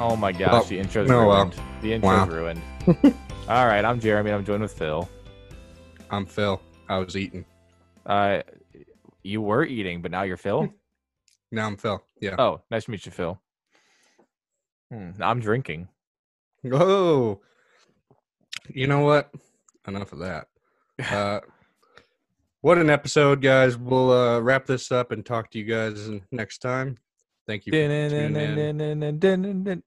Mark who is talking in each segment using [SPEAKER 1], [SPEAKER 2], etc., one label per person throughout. [SPEAKER 1] Oh my gosh,
[SPEAKER 2] Well,
[SPEAKER 1] the intro's
[SPEAKER 2] no, well,
[SPEAKER 1] ruined. the intro's
[SPEAKER 2] wow.
[SPEAKER 1] ruined. All right, I'm Jeremy. and I'm joined with Phil.
[SPEAKER 2] I'm Phil. I was eating.
[SPEAKER 1] Uh, you were eating, but now you're Phil.
[SPEAKER 2] Now I'm Phil. Yeah.
[SPEAKER 1] oh, nice to meet you, Phil. Hmm, I'm drinking.
[SPEAKER 2] Oh. You know what? Enough of that. Uh, what an episode, guys. We'll uh, wrap this up and talk to you guys next time. Thank you. For tuning in.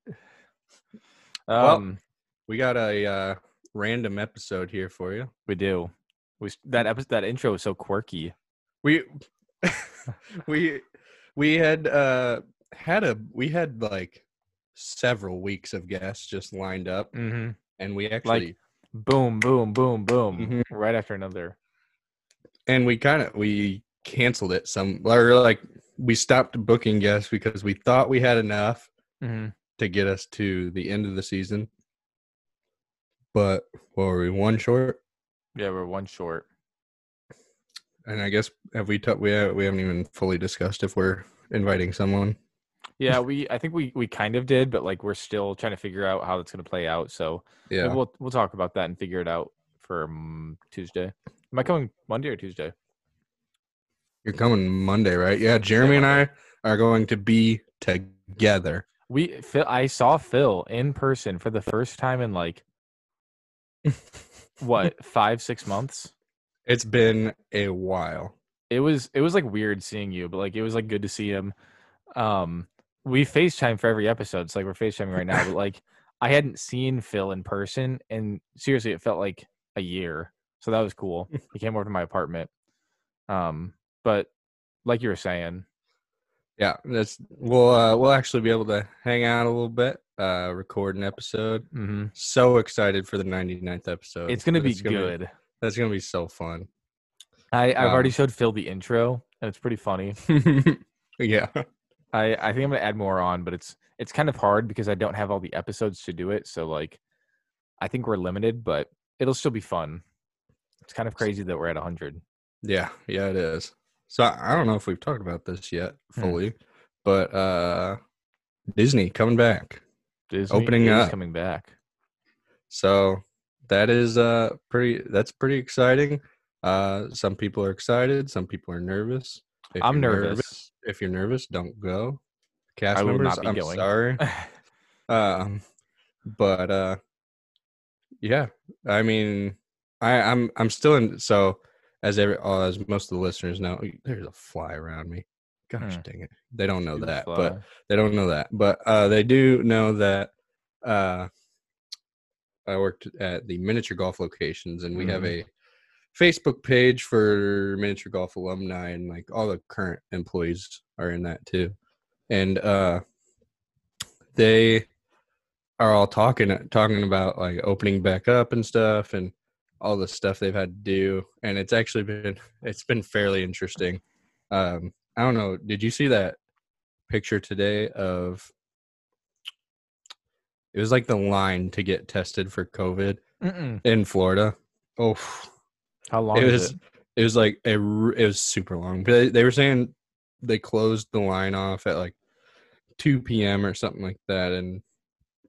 [SPEAKER 1] Um,
[SPEAKER 2] We got a uh, random episode here for you.
[SPEAKER 1] we do. We s- that episode that intro is so quirky.
[SPEAKER 2] we we we had uh had a we had like several weeks of guests just lined up
[SPEAKER 1] Mm-hmm.
[SPEAKER 2] and we actually
[SPEAKER 1] Boom, boom, boom, boom.
[SPEAKER 2] Mhm.
[SPEAKER 1] Right after another.
[SPEAKER 2] and we kind of we canceled it some or like we stopped booking guests because we thought we had enough
[SPEAKER 1] Mm-hmm.
[SPEAKER 2] to get us to the end of the season but what were we one short
[SPEAKER 1] Yeah, we're one short.
[SPEAKER 2] and i guess have we ta- we, ha- we haven't even fully discussed if we're inviting someone
[SPEAKER 1] Yeah, we I think we we kind of did, but like we're still trying to figure out how that's going to play out. So
[SPEAKER 2] yeah
[SPEAKER 1] we'll we'll talk about that and figure it out for um, Tuesday. Am I coming Monday or Tuesday?
[SPEAKER 2] You're coming Monday, right? Yeah, Jeremy and I are going to be together.
[SPEAKER 1] We Phil, I saw Phil in person for the first time in like what five six months.
[SPEAKER 2] It's been a while.
[SPEAKER 1] It was it was like weird seeing you, but like it was like good to see him. Um, we FaceTime for every episode. It's like we're FaceTiming right now, but like I hadn't seen Phil in person, and seriously, it felt like a year. So that was cool. He came over to my apartment. Um, but like you were saying,
[SPEAKER 2] Yeah, that's we'll uh, we'll actually be able to hang out a little bit, uh, record an episode.
[SPEAKER 1] hmm
[SPEAKER 2] So excited for the 99th episode.
[SPEAKER 1] it's gonna be
[SPEAKER 2] That's Mm-hmm. gonna-
[SPEAKER 1] good.
[SPEAKER 2] that's gonna be so fun.
[SPEAKER 1] I, I've already
[SPEAKER 2] Um,
[SPEAKER 1] showed Phil the intro, and it's pretty funny.
[SPEAKER 2] yeah,
[SPEAKER 1] I, I think I'm gonna add more on, but it's it's kind of hard because I don't have all the episodes to do it. So like, I think we're limited, but it'll still be fun. It's kind of crazy that we're at 100.
[SPEAKER 2] yeah, yeah. It is. So I I don't know if we've talked about this yet
[SPEAKER 1] Hmm.
[SPEAKER 2] fully, but uh, Disney coming back.
[SPEAKER 1] Disney
[SPEAKER 2] Opening
[SPEAKER 1] is
[SPEAKER 2] up.
[SPEAKER 1] coming back.
[SPEAKER 2] So that is uh pretty that's pretty exciting. Uh some people are excited, some people are nervous. If
[SPEAKER 1] I'm
[SPEAKER 2] you're
[SPEAKER 1] nervous.
[SPEAKER 2] If you're nervous, don't go. Cast
[SPEAKER 1] I will
[SPEAKER 2] members,
[SPEAKER 1] not be
[SPEAKER 2] I'm
[SPEAKER 1] going.
[SPEAKER 2] sorry. Um but uh yeah, I mean I I'm I'm still in so as every oh, as most of the listeners know, there's a fly around me. Gosh
[SPEAKER 1] Hmm.
[SPEAKER 2] dang it. They don't know
[SPEAKER 1] Dude,
[SPEAKER 2] that,
[SPEAKER 1] fly.
[SPEAKER 2] but they don't know that, but uh, they do know that uh, I worked at the miniature golf locations, and we have a Facebook page for miniature golf alumni, and like all the current employees are in that too, and uh, they are all talking talking about like opening back up and stuff, and all the stuff they've had to do, and it's actually been it's been fairly interesting. Um, I don't know. Did you see that picture today of it was like the line to get tested for COVID
[SPEAKER 1] Mm-mm.
[SPEAKER 2] in Florida. Oh,
[SPEAKER 1] how long
[SPEAKER 2] it
[SPEAKER 1] is
[SPEAKER 2] was
[SPEAKER 1] it?
[SPEAKER 2] it was like a r- it was super long. But they, they were saying they closed the line off at like 2 p.m. or something like that, and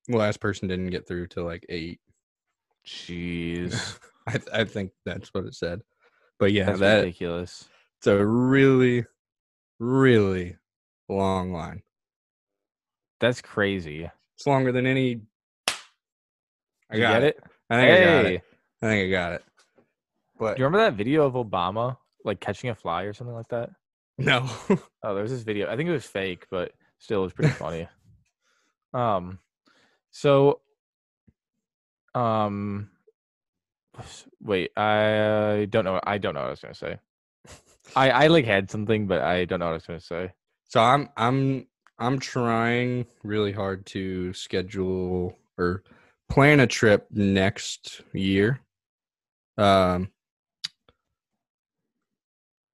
[SPEAKER 2] the last person didn't get through till like eight.
[SPEAKER 1] Jeez,
[SPEAKER 2] I th- I think that's what it said. But yeah,
[SPEAKER 1] that's
[SPEAKER 2] that
[SPEAKER 1] ridiculous.
[SPEAKER 2] it's a really really long line.
[SPEAKER 1] That's crazy.
[SPEAKER 2] It's longer than any. I
[SPEAKER 1] You
[SPEAKER 2] got
[SPEAKER 1] get
[SPEAKER 2] it.
[SPEAKER 1] it?
[SPEAKER 2] I think I got
[SPEAKER 1] Hey,
[SPEAKER 2] it. I think I got it. But
[SPEAKER 1] do you remember that video of Obama like catching a fly or something like that?
[SPEAKER 2] no,
[SPEAKER 1] Oh, there's this video. I think it was fake, but still, it was pretty funny. um, so, um, s- wait, I don't know. I don't know what I was gonna say. I I like had something, but I don't know what I was gonna say.
[SPEAKER 2] so I'm I'm I'm trying really hard to schedule or plan a trip next year. Um,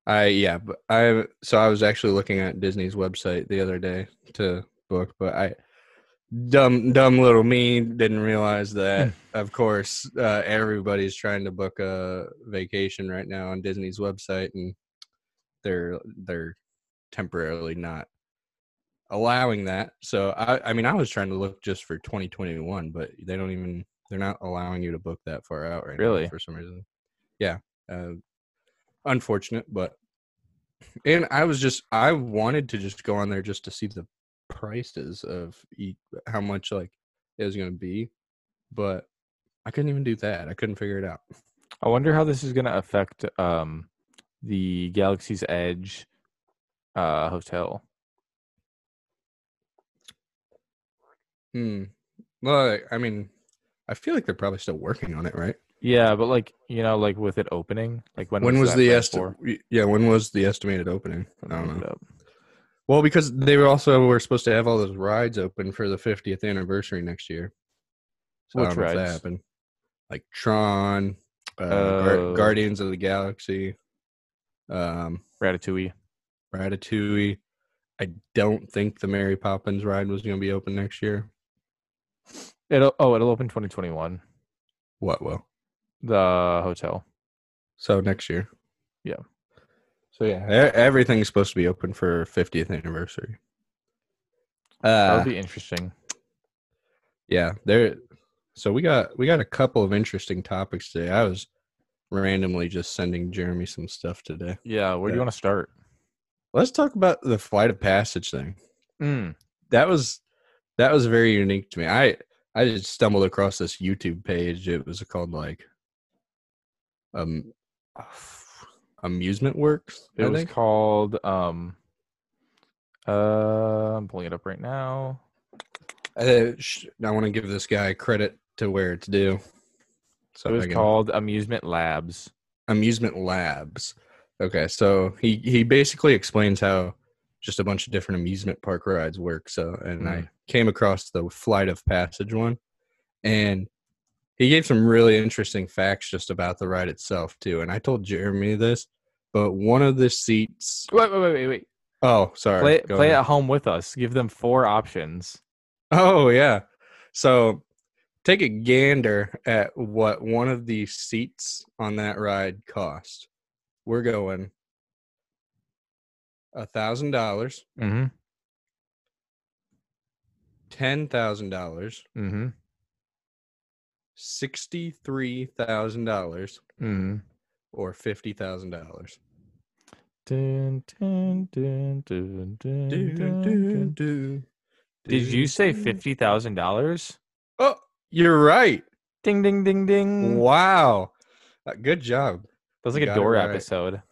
[SPEAKER 2] I yeah, but I so I was actually looking at Disney's website the other day to book, but I dumb dumb little me didn't realize that of course uh, everybody's trying to book a vacation right now on Disney's website and they're they're temporarily not allowing that. So I, I mean, I was trying to look just for 2021, but they don't even they're not allowing you to book that far out right now
[SPEAKER 1] Really?
[SPEAKER 2] for some reason. Yeah, uh, unfortunate, but and I was just I wanted to just go on there just to see the prices of each, how much like it was going to be, but I couldn't even do that. I couldn't figure it out.
[SPEAKER 1] I wonder how this is going to affect um, the Galaxy's Edge uh, hotel.
[SPEAKER 2] Hmm. Well, I mean, I feel like they're probably still working on it, right?
[SPEAKER 1] Yeah, but like you know, like with it opening, like when
[SPEAKER 2] When, was,
[SPEAKER 1] that
[SPEAKER 2] the
[SPEAKER 1] planned
[SPEAKER 2] est-
[SPEAKER 1] for?
[SPEAKER 2] Yeah, when was the estimated opening? I
[SPEAKER 1] Let me
[SPEAKER 2] don't
[SPEAKER 1] look
[SPEAKER 2] know.
[SPEAKER 1] it up.
[SPEAKER 2] Well, because they were also were supposed to have all those rides open for the 50th anniversary next year. So I
[SPEAKER 1] Which
[SPEAKER 2] don't know if
[SPEAKER 1] rides?
[SPEAKER 2] that happened. Like Tron, uh,
[SPEAKER 1] Oh.
[SPEAKER 2] Guar- Guardians of the Galaxy, um,
[SPEAKER 1] Ratatouille.
[SPEAKER 2] Ratatouille. I don't think the Mary Poppins ride was going to be open next year.
[SPEAKER 1] It'll oh, it'll open 2021.
[SPEAKER 2] What will?
[SPEAKER 1] The hotel.
[SPEAKER 2] So next year.
[SPEAKER 1] Yeah.
[SPEAKER 2] So yeah, e- everything's supposed to be open for 50th anniversary.
[SPEAKER 1] That
[SPEAKER 2] Uh,
[SPEAKER 1] would be interesting.
[SPEAKER 2] yeah, there. So we got we got a couple of interesting topics today. I was randomly just sending Jeremy some stuff today.
[SPEAKER 1] Yeah, where do you
[SPEAKER 2] yeah.
[SPEAKER 1] want to start?
[SPEAKER 2] Let's talk about the flight of passage thing.
[SPEAKER 1] Mm,
[SPEAKER 2] That was that was very unique to me. I I just stumbled across this YouTube page. It was called like um amusement works.
[SPEAKER 1] it
[SPEAKER 2] I
[SPEAKER 1] was
[SPEAKER 2] think.
[SPEAKER 1] called. Um, uh, I'm pulling it up right now.
[SPEAKER 2] Uh, sh- I want to give this guy credit to where it's due. So
[SPEAKER 1] It was
[SPEAKER 2] again,
[SPEAKER 1] called Amusement Labs.
[SPEAKER 2] Amusement Labs. Okay, so he he basically explains how just a bunch of different amusement park rides work. So, and
[SPEAKER 1] Mm.
[SPEAKER 2] I came across the Flight of Passage one, and he gave some really interesting facts just about the ride itself too. And I told Jeremy this, but one of the seats.
[SPEAKER 1] Wait, wait, wait, wait, wait.
[SPEAKER 2] Oh, sorry.
[SPEAKER 1] Play,
[SPEAKER 2] go
[SPEAKER 1] play
[SPEAKER 2] ahead.
[SPEAKER 1] at home with us. Give them four options.
[SPEAKER 2] Oh yeah. So take a gander at what one of the seats on that ride cost. We're going a thousand dollars,
[SPEAKER 1] Mm-hmm.
[SPEAKER 2] ten thousand dollars,
[SPEAKER 1] Mm-hmm.
[SPEAKER 2] sixty three thousand dollars,
[SPEAKER 1] Mm-hmm.
[SPEAKER 2] or fifty thousand dollars.
[SPEAKER 1] Dun, dun, dun, dun, dun, dun, dun. Did you say fifty thousand dollars?
[SPEAKER 2] Oh, you're right.
[SPEAKER 1] Ding ding ding ding.
[SPEAKER 2] Wow. Uh, Good job.
[SPEAKER 1] That was
[SPEAKER 2] You
[SPEAKER 1] like a
[SPEAKER 2] got it
[SPEAKER 1] door
[SPEAKER 2] right.
[SPEAKER 1] episode.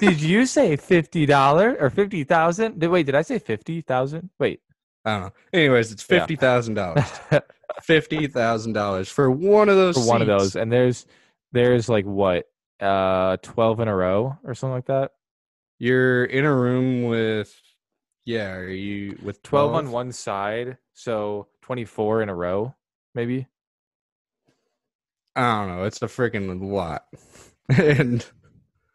[SPEAKER 1] did you say fifty dollar or fifty thousand? Did wait, did I say fifty thousand? Wait.
[SPEAKER 2] I don't know. Anyways, it's
[SPEAKER 1] Yeah.
[SPEAKER 2] fifty thousand dollars.
[SPEAKER 1] For
[SPEAKER 2] fifty thousand dollars for one of those.
[SPEAKER 1] one of
[SPEAKER 2] seats.
[SPEAKER 1] those. And there's there's like what? Uh twelve in a row or something like that.
[SPEAKER 2] You're in a room with, yeah. Are you with
[SPEAKER 1] 12 on one side, so 24 in a row, maybe.
[SPEAKER 2] I don't know. It's a freaking lot, and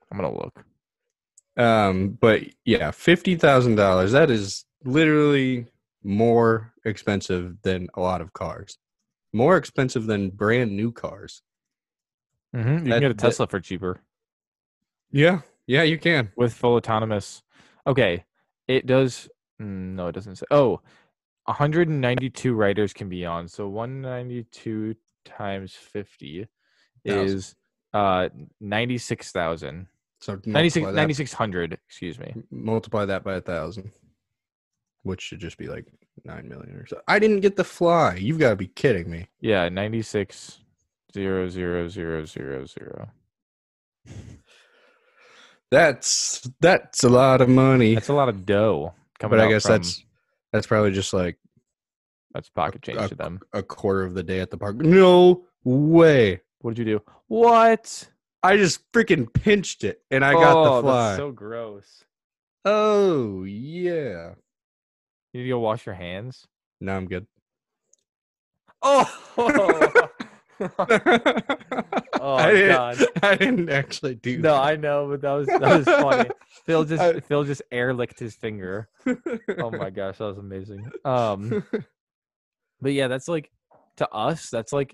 [SPEAKER 1] I'm going to look.
[SPEAKER 2] um, but yeah, fifty thousand dollars. That is literally more expensive than a lot of cars. More expensive than brand new cars.
[SPEAKER 1] hmm You
[SPEAKER 2] That-
[SPEAKER 1] can get a
[SPEAKER 2] that-
[SPEAKER 1] Tesla for cheaper
[SPEAKER 2] Yeah, yeah, you can.
[SPEAKER 1] with full autonomous. Okay. It does. mm, No, it doesn't say. Oh, 192 riders can be on. So 192 times 50
[SPEAKER 2] Thousand.
[SPEAKER 1] is uh 96,000.
[SPEAKER 2] So
[SPEAKER 1] 96
[SPEAKER 2] multiply that-
[SPEAKER 1] 9,600, excuse me.
[SPEAKER 2] multiply that by a thousand, which should just be like nine million or so. I didn't get the fly. You've got to be kidding me.
[SPEAKER 1] Yeah, 96 zero zero zero zero zero.
[SPEAKER 2] That's that's a lot of money.
[SPEAKER 1] That's a lot of dough coming
[SPEAKER 2] but I
[SPEAKER 1] out
[SPEAKER 2] guess
[SPEAKER 1] from-
[SPEAKER 2] that's that's probably just like
[SPEAKER 1] That's pocket change
[SPEAKER 2] uh,
[SPEAKER 1] to them.
[SPEAKER 2] a quarter of the day at the park. No way.
[SPEAKER 1] What did you do? What? Oh,
[SPEAKER 2] I just freaking pinched it and I got the fly.
[SPEAKER 1] so gross.
[SPEAKER 2] oh yeah.
[SPEAKER 1] You need to go wash your hands.
[SPEAKER 2] Now I'm good.
[SPEAKER 1] Oh.
[SPEAKER 2] I,
[SPEAKER 1] oh
[SPEAKER 2] didn't,
[SPEAKER 1] god.
[SPEAKER 2] I didn't actually do
[SPEAKER 1] No,
[SPEAKER 2] that.
[SPEAKER 1] I know, but that was that was funny. Phil just
[SPEAKER 2] I-
[SPEAKER 1] Phil just air licked his finger. Oh my gosh, that was amazing. Um, but yeah, that's like to us, that's like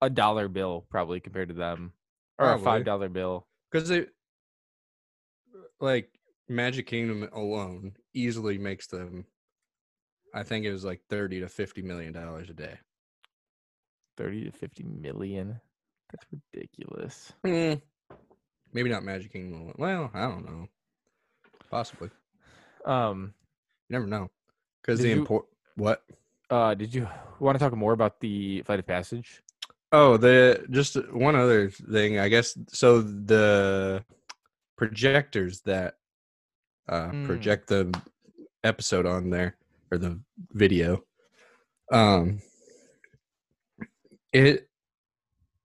[SPEAKER 1] a dollar bill probably compared to them, or a
[SPEAKER 2] Probably.
[SPEAKER 1] five dollar bill.
[SPEAKER 2] Because they like Magic Kingdom alone easily makes them I think it was like thirty to fifty million dollars a day.
[SPEAKER 1] Thirty to fifty million. That's ridiculous. Hmm.
[SPEAKER 2] Maybe not Magic Kingdom. Well, I don't know. Possibly.
[SPEAKER 1] Um,
[SPEAKER 2] You never know. Because
[SPEAKER 1] Did
[SPEAKER 2] the
[SPEAKER 1] you-
[SPEAKER 2] import what?
[SPEAKER 1] uh, did you want to talk more about the flight of passage?
[SPEAKER 2] Oh, the just one other thing, I guess. So the projectors that uh,
[SPEAKER 1] Mm.
[SPEAKER 2] project the episode on there or the video, um, it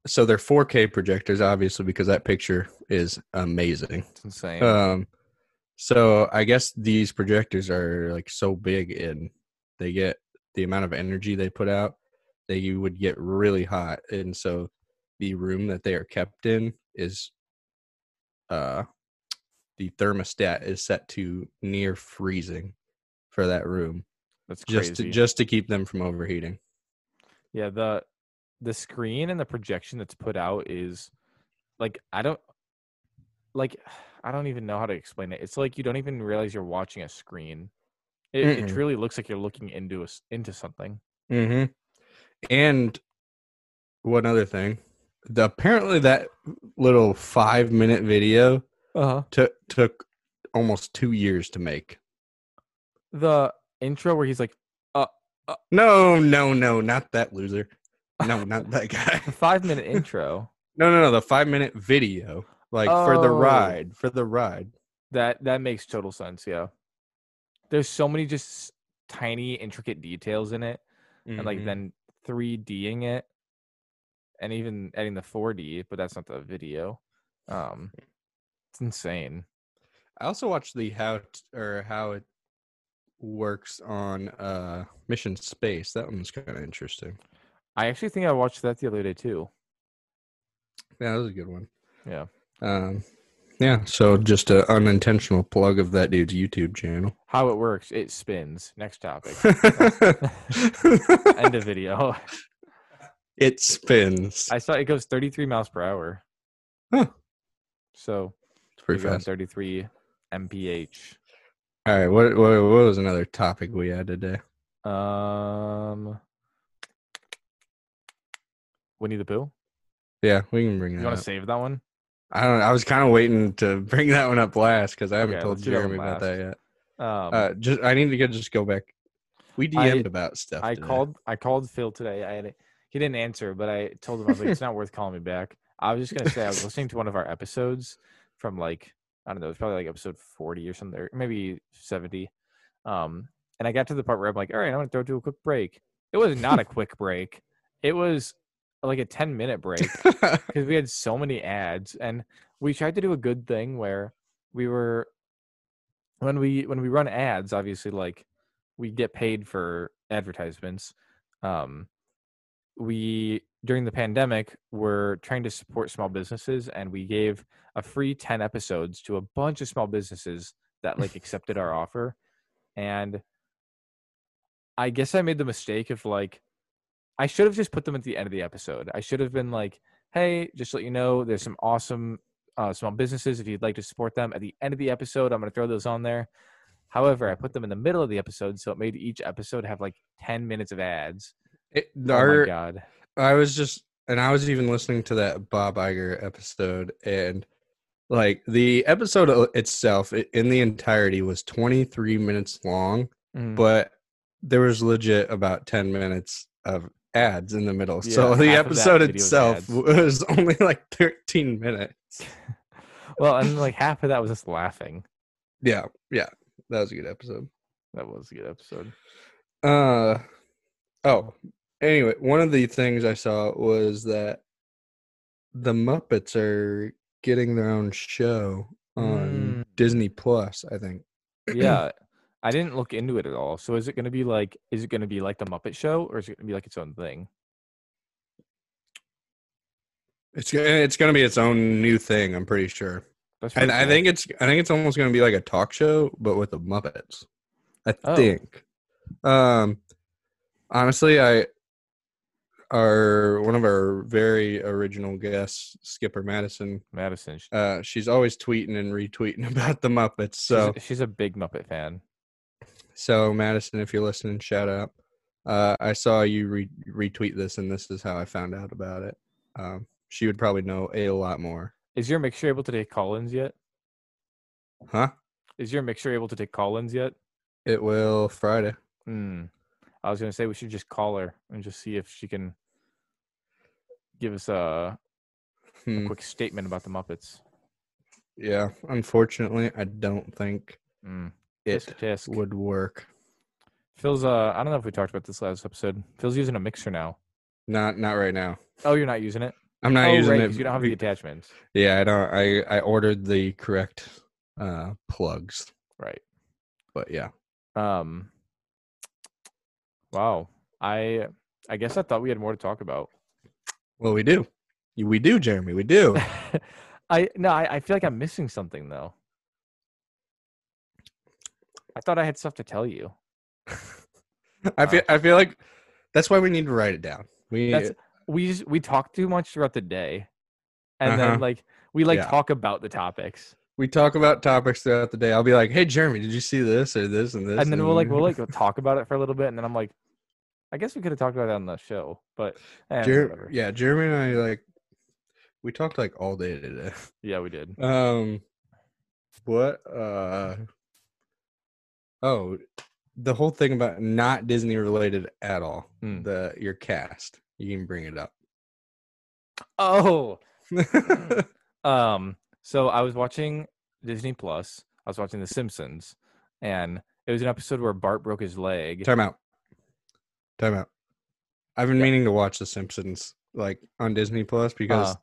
[SPEAKER 2] so they're 4K projectors, obviously, because that picture is amazing.
[SPEAKER 1] It's insane.
[SPEAKER 2] Um, so I guess these projectors are like so big, and they get the amount of energy they put out. They you would get really hot, and so the room that they are kept in is, uh, the thermostat is set to near freezing for that room,
[SPEAKER 1] That's crazy.
[SPEAKER 2] just to, just to keep them from overheating.
[SPEAKER 1] yeah the the screen and the projection that's put out is like i don't like i don't even know how to explain it it's like you don't even realize you're watching a screen it, it
[SPEAKER 2] Mm-mm.
[SPEAKER 1] truly looks like you're looking into us into something
[SPEAKER 2] Mm-hmm. And one other thing, the, apparently that little five minute video
[SPEAKER 1] uh-huh
[SPEAKER 2] took took almost two years to make.
[SPEAKER 1] the intro where he's like
[SPEAKER 2] No, no, no, not that loser. No, not that guy.
[SPEAKER 1] the five minute intro
[SPEAKER 2] No, no, no, the five minute video, like for the
[SPEAKER 1] Oh.
[SPEAKER 2] ride, for the ride.
[SPEAKER 1] that that makes total sense yeah there's so many just tiny intricate details in it and
[SPEAKER 2] Mm-hmm.
[SPEAKER 1] like then 3Ding it, and even adding the 4D, but that's not the video. Um, it's insane.
[SPEAKER 2] I also watched the how t- or how it works on uh Mission Space. That one's kind of interesting.
[SPEAKER 1] I actually think I watched that the other day too.
[SPEAKER 2] Yeah, that was a good one.
[SPEAKER 1] Yeah.
[SPEAKER 2] Um, yeah. So just an unintentional plug of that dude's YouTube channel.
[SPEAKER 1] How it works, it spins. Next topic. End of video.
[SPEAKER 2] it spins.
[SPEAKER 1] I saw it goes 33 miles per hour.
[SPEAKER 2] Huh.
[SPEAKER 1] So
[SPEAKER 2] It's
[SPEAKER 1] you're
[SPEAKER 2] pretty
[SPEAKER 1] going
[SPEAKER 2] fast.
[SPEAKER 1] 33 mph.
[SPEAKER 2] All right, what, what what was another topic we had today?
[SPEAKER 1] Um, Winnie the Pooh.
[SPEAKER 2] Yeah, we can bring
[SPEAKER 1] You
[SPEAKER 2] that.
[SPEAKER 1] want
[SPEAKER 2] Up.
[SPEAKER 1] to save that one?
[SPEAKER 2] I don't. I was kind of waiting to bring that one up last because I haven't
[SPEAKER 1] Okay,
[SPEAKER 2] told
[SPEAKER 1] let's do that one
[SPEAKER 2] Jeremy about that yet.
[SPEAKER 1] Um,
[SPEAKER 2] uh, just I need to go, just go back. We
[SPEAKER 1] I-
[SPEAKER 2] DM'd about stuff.
[SPEAKER 1] I
[SPEAKER 2] today.
[SPEAKER 1] called I called Phil today. I had a, he didn't answer, but I told him I was like, it's not worth calling me back. I was just gonna say I was listening to one of our episodes from like I don't know, it's probably like episode forty or something, or maybe seventy. Um, and I got to the part where I'm like, all right, I'm gonna throw to a quick break. It was not a quick break. It was like a ten minute break because we had so many ads and we tried to do a good thing where we were when we when we run ads obviously like we get paid for advertisements um we during the pandemic were trying to support small businesses and we gave a free 10 episodes to a bunch of small businesses that like accepted our offer and i guess i made the mistake of like i should have just put them at the end of the episode i should have been like hey just to let you know there's some awesome uh, small businesses if you'd like to support them at the end of the episode i'm going to throw those on there however i put them in the middle of the episode so it made each episode have like 10 minutes of ads
[SPEAKER 2] It,
[SPEAKER 1] oh my
[SPEAKER 2] our-
[SPEAKER 1] god
[SPEAKER 2] I was just, and I was even listening to that Bob Iger episode, and like the episode o- itself i- in the entirety was 23 minutes long,
[SPEAKER 1] Mm.
[SPEAKER 2] but there was legit about 10 minutes of ads in the middle. so
[SPEAKER 1] Yeah,
[SPEAKER 2] the
[SPEAKER 1] half of that
[SPEAKER 2] episode
[SPEAKER 1] video is
[SPEAKER 2] itself
[SPEAKER 1] ads.
[SPEAKER 2] was only like 13 minutes.
[SPEAKER 1] well, and like half of that was just laughing.
[SPEAKER 2] Yeah, yeah. That was a good episode.
[SPEAKER 1] That was a good episode.
[SPEAKER 2] Uh oh. Anyway, one of the things I saw was that the Muppets are getting their own show
[SPEAKER 1] Mm.
[SPEAKER 2] on Disney Plus, I think.
[SPEAKER 1] Yeah. I didn't look into it at all. So is it going to be like is it going to be like the Muppet show or is it going to be like its own thing?
[SPEAKER 2] It's gonna it's gonna be its own new thing, I'm pretty sure.
[SPEAKER 1] That's
[SPEAKER 2] And
[SPEAKER 1] pretty
[SPEAKER 2] I
[SPEAKER 1] cool.
[SPEAKER 2] think it's I think it's almost gonna be like a talk show, but with the Muppets. I
[SPEAKER 1] Oh.
[SPEAKER 2] think. Um honestly I our one of our very original guests, Skipper Madison,
[SPEAKER 1] Madison sh-
[SPEAKER 2] uh, she's always tweeting and retweeting about the Muppets. So
[SPEAKER 1] she's, she's a big Muppet fan.
[SPEAKER 2] she's, So Madison, if you're listening, shout out. Uh, I saw you re- retweet this, and this is how I found out about it. Um, she would probably know a lot more,
[SPEAKER 1] Is your mixture able to take call-ins yet?
[SPEAKER 2] huh?
[SPEAKER 1] Is your mixture able to take call-ins yet?
[SPEAKER 2] It will Friday.
[SPEAKER 1] Hmm. I was gonna say we should just call her and just see if she can give us a, a
[SPEAKER 2] Hmm.
[SPEAKER 1] quick statement about the Muppets.
[SPEAKER 2] Yeah, unfortunately, I don't think
[SPEAKER 1] Mm.
[SPEAKER 2] it
[SPEAKER 1] Tisk, tisk.
[SPEAKER 2] would work.
[SPEAKER 1] Phil's. Uh, I don't know if we talked about this last episode. Phil's using a mixer now.
[SPEAKER 2] Not not right now.
[SPEAKER 1] Oh, you're not using it.
[SPEAKER 2] I'm not
[SPEAKER 1] oh,
[SPEAKER 2] using
[SPEAKER 1] right,
[SPEAKER 2] it.
[SPEAKER 1] 'cause You don't have
[SPEAKER 2] be-
[SPEAKER 1] the attachments.
[SPEAKER 2] yeah, I don't. I I ordered the correct uh plugs,
[SPEAKER 1] Right.
[SPEAKER 2] but yeah.
[SPEAKER 1] Um. Wow. I I guess I thought we had more to talk about.
[SPEAKER 2] Well, we do. You- We do, Jeremy. We do.
[SPEAKER 1] I no. I, I feel like I'm missing something though. I thought I had stuff to tell you.
[SPEAKER 2] I feel. I feel like that's why we need to write it down. We.
[SPEAKER 1] That's we just we talk too much throughout the day, and
[SPEAKER 2] Uh-huh.
[SPEAKER 1] then like we like
[SPEAKER 2] Yeah.
[SPEAKER 1] talk about the topics,
[SPEAKER 2] we talk about topics throughout the day. I'll be like, "Hey, Jeremy, did you see this or this and this?"
[SPEAKER 1] and then we'll like we'll like talk about it for a little bit, and then I'm like, I guess we could have talked about that on the show, but eh,
[SPEAKER 2] Jer-
[SPEAKER 1] whatever.
[SPEAKER 2] yeah, Jeremy and I like we talked like all day today.
[SPEAKER 1] yeah, we did.
[SPEAKER 2] Um, what? Uh, oh, the whole thing about not Disney related at all.
[SPEAKER 1] Hmm.
[SPEAKER 2] The your cast, you can bring it up.
[SPEAKER 1] Oh, um, so I was watching Disney Plus. I was watching The Simpsons, and it was an episode where Bart broke his leg.
[SPEAKER 2] Time out. Time out. I've been
[SPEAKER 1] Yeah.
[SPEAKER 2] meaning to watch The Simpsons like on Disney Plus because,
[SPEAKER 1] Uh.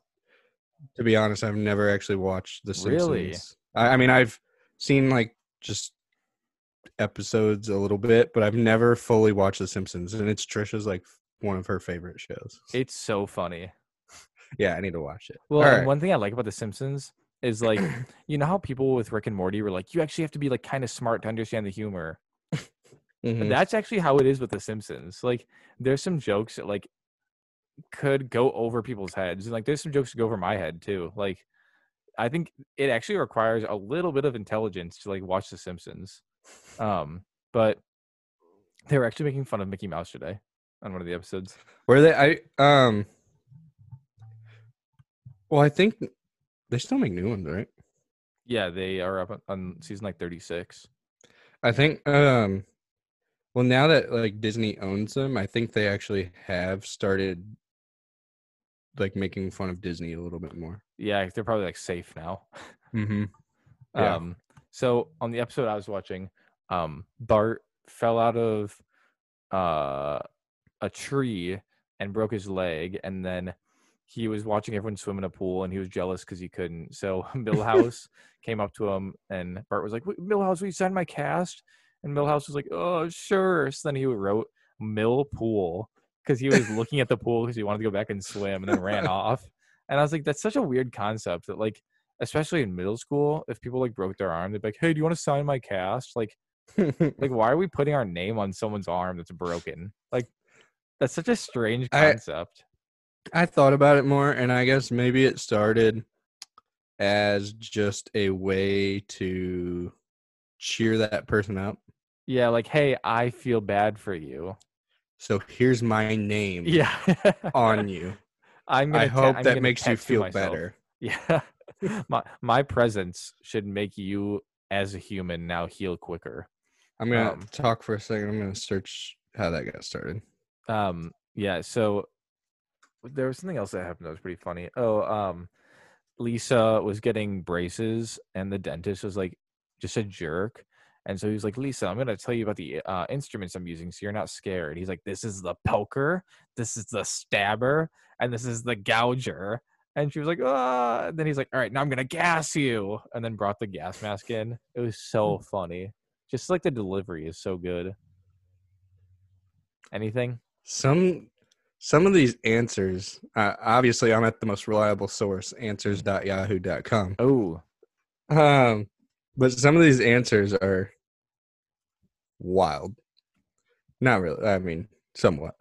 [SPEAKER 2] to be honest, I've never actually watched The Simpsons.
[SPEAKER 1] Really?
[SPEAKER 2] I, I mean, I've seen like just episodes a little bit, but I've never fully watched The Simpsons, and it's Trisha's like one of her favorite shows.
[SPEAKER 1] It's so funny.
[SPEAKER 2] Yeah, I need to watch it.
[SPEAKER 1] Well,
[SPEAKER 2] All
[SPEAKER 1] and
[SPEAKER 2] right.
[SPEAKER 1] one thing I like about The Simpsons is like, you know how people with Rick and Morty were like, you actually have to be like kind of smart to understand the humor.
[SPEAKER 2] Mhm.
[SPEAKER 1] That's actually how it is with The Simpsons. Like, there's some jokes that like could go over people's heads, and like there's some jokes that go over my head too. Like, I think it actually requires a little bit of intelligence to like watch The Simpsons. Um, but they were actually making fun of Mickey Mouse today on one of the episodes.
[SPEAKER 2] Were they? I um. Well, I think they still make new ones, right?
[SPEAKER 1] Yeah, they are up on- on season like 36.
[SPEAKER 2] I think um well now that like Disney owns them, I think they actually have started like making fun of Disney a little bit more.
[SPEAKER 1] Yeah, they're probably like safe now.
[SPEAKER 2] Mm-hmm. Yeah.
[SPEAKER 1] Um, so on the episode I was watching, um, Bart fell out of uh, a tree and broke his leg, and then he was watching everyone swim in a pool, and he was jealous because he couldn't. So Millhouse came up to him, and Bart was like, "Wait, "Millhouse, will you sign my cast?" And Millhouse was like, "Oh, sure." So then he wrote Mill Pool because he was looking at the pool because he wanted to go back and swim, and then ran off. And I was like, "That's such a weird concept that like." especially in middle school, if people like broke their arm, they'd be like, "Hey, do you want to sign my cast?" Like,
[SPEAKER 2] Mm.
[SPEAKER 1] like why are we putting our name on someone's arm that's broken? Like, that's such a strange
[SPEAKER 2] I-
[SPEAKER 1] concept.
[SPEAKER 2] I thought about it more and I guess maybe it started as just a way to cheer that person up.
[SPEAKER 1] yeah, like, hey, I feel bad for you.
[SPEAKER 2] So here's my name
[SPEAKER 1] Yeah,
[SPEAKER 2] on you.
[SPEAKER 1] I'm gonna.
[SPEAKER 2] Mm. I
[SPEAKER 1] ta-
[SPEAKER 2] hope
[SPEAKER 1] I'm
[SPEAKER 2] that
[SPEAKER 1] gonna
[SPEAKER 2] makes you
[SPEAKER 1] tattoo
[SPEAKER 2] feel
[SPEAKER 1] myself.
[SPEAKER 2] better.
[SPEAKER 1] Yeah, my my presence should make you as a human now heal quicker.
[SPEAKER 2] I'm gonna
[SPEAKER 1] Um,
[SPEAKER 2] talk for a second. I'm gonna search how that got started.
[SPEAKER 1] um yeah so there was something else that happened that was pretty funny oh um lisa was getting braces and the dentist was like just a jerk and so he was like lisa i'm going to tell you about the uh, instruments i'm using so you're not scared he's like this is the poker this is the stabber and this is the gouger and she was like ah and then he's like all right now i'm going to gas you and then brought the gas mask in it was so funny just like the delivery is so good anything
[SPEAKER 2] some some of these answers uh, obviously i'm at the most reliable source answers.yahoo.com
[SPEAKER 1] oh
[SPEAKER 2] um but some of these answers are wild not really i mean somewhat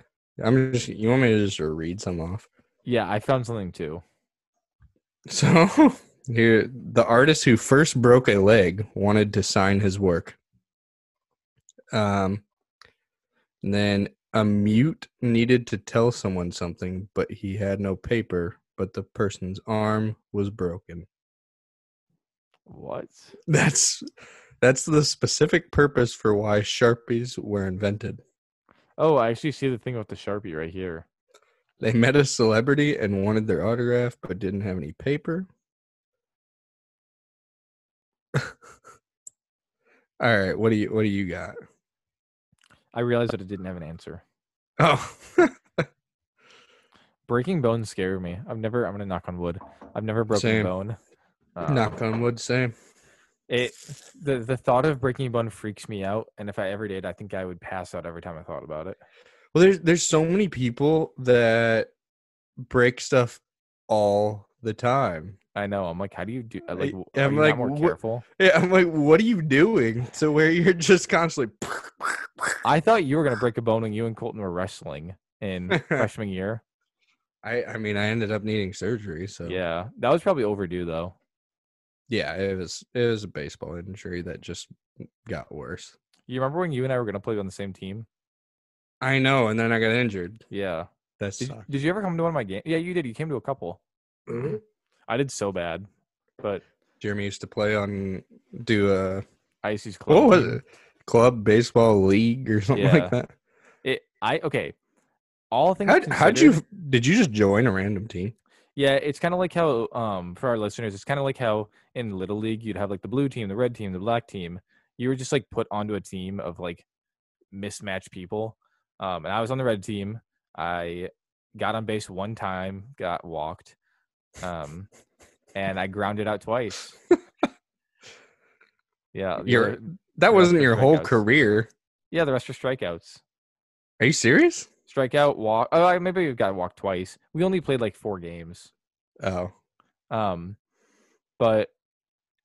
[SPEAKER 2] i'm just you want me to just read some off
[SPEAKER 1] Yeah, I found something too.
[SPEAKER 2] so here the artist who first broke a leg wanted to sign his work Um, and then a mute needed to tell someone something, but he had no paper, but the person's arm was broken.
[SPEAKER 1] What?
[SPEAKER 2] That's that's the specific purpose for why Sharpies were invented.
[SPEAKER 1] Oh, I actually see the thing with the Sharpie right here.
[SPEAKER 2] They met a celebrity and wanted their autograph but didn't have any paper. All right, what do you what do you got?
[SPEAKER 1] I realized that it didn't have an answer.
[SPEAKER 2] Oh.
[SPEAKER 1] Breaking bones scare me. I've never. I'm gonna knock on wood. I've never broken
[SPEAKER 2] Same.
[SPEAKER 1] a bone. Um,
[SPEAKER 2] Knock on wood, same.
[SPEAKER 1] It. The the thought of breaking a bone freaks me out, and if I ever did, I think I would pass out every time I thought about it.
[SPEAKER 2] Well, there's there's so many people that break stuff all the time.
[SPEAKER 1] I know. I'm like, how do you do? I Like,
[SPEAKER 2] I-
[SPEAKER 1] w- are
[SPEAKER 2] I'm
[SPEAKER 1] you
[SPEAKER 2] like,
[SPEAKER 1] not more
[SPEAKER 2] what-
[SPEAKER 1] careful.
[SPEAKER 2] Yeah, I'm like, what are you doing? To where you're just constantly.
[SPEAKER 1] I thought you were gonna break a bone when you and Colton were wrestling in freshman year.
[SPEAKER 2] I I mean, I ended up needing surgery, so
[SPEAKER 1] Yeah, that was probably overdue though.
[SPEAKER 2] yeah, it was it was a baseball injury that just got worse.
[SPEAKER 1] You remember when you and I were gonna play on the same team?
[SPEAKER 2] I know, and then I got injured.
[SPEAKER 1] Yeah.
[SPEAKER 2] That
[SPEAKER 1] Did,
[SPEAKER 2] sucked.
[SPEAKER 1] did you ever come to one of my games? Yeah, you did. You came to a couple.
[SPEAKER 2] Mhm.
[SPEAKER 1] I did so bad, but
[SPEAKER 2] Jeremy used to play on do a
[SPEAKER 1] Icy's club.
[SPEAKER 2] what was
[SPEAKER 1] team-
[SPEAKER 2] it club baseball league or something like
[SPEAKER 1] Yeah.
[SPEAKER 2] that.
[SPEAKER 1] It, I okay. All things.
[SPEAKER 2] How how'd you
[SPEAKER 1] considered-
[SPEAKER 2] did you just join a random team?
[SPEAKER 1] Yeah, it's kind of like how um for our listeners, it's kind of like how in little league you'd have like the blue team, the red team, the black team. You were just like put onto a team of like mismatched people. Um, and I was on the red team. I got on base one time, got walked, um, and I grounded out twice. yeah, the
[SPEAKER 2] You're-
[SPEAKER 1] other-
[SPEAKER 2] That
[SPEAKER 1] Yeah,
[SPEAKER 2] wasn't
[SPEAKER 1] for
[SPEAKER 2] your whole
[SPEAKER 1] strikeouts.
[SPEAKER 2] career.
[SPEAKER 1] yeah. The rest are strikeouts.
[SPEAKER 2] Are you serious?
[SPEAKER 1] Strikeout, walk. Oh, I- maybe we got walked twice. We only played like four games.
[SPEAKER 2] Oh,
[SPEAKER 1] Um, but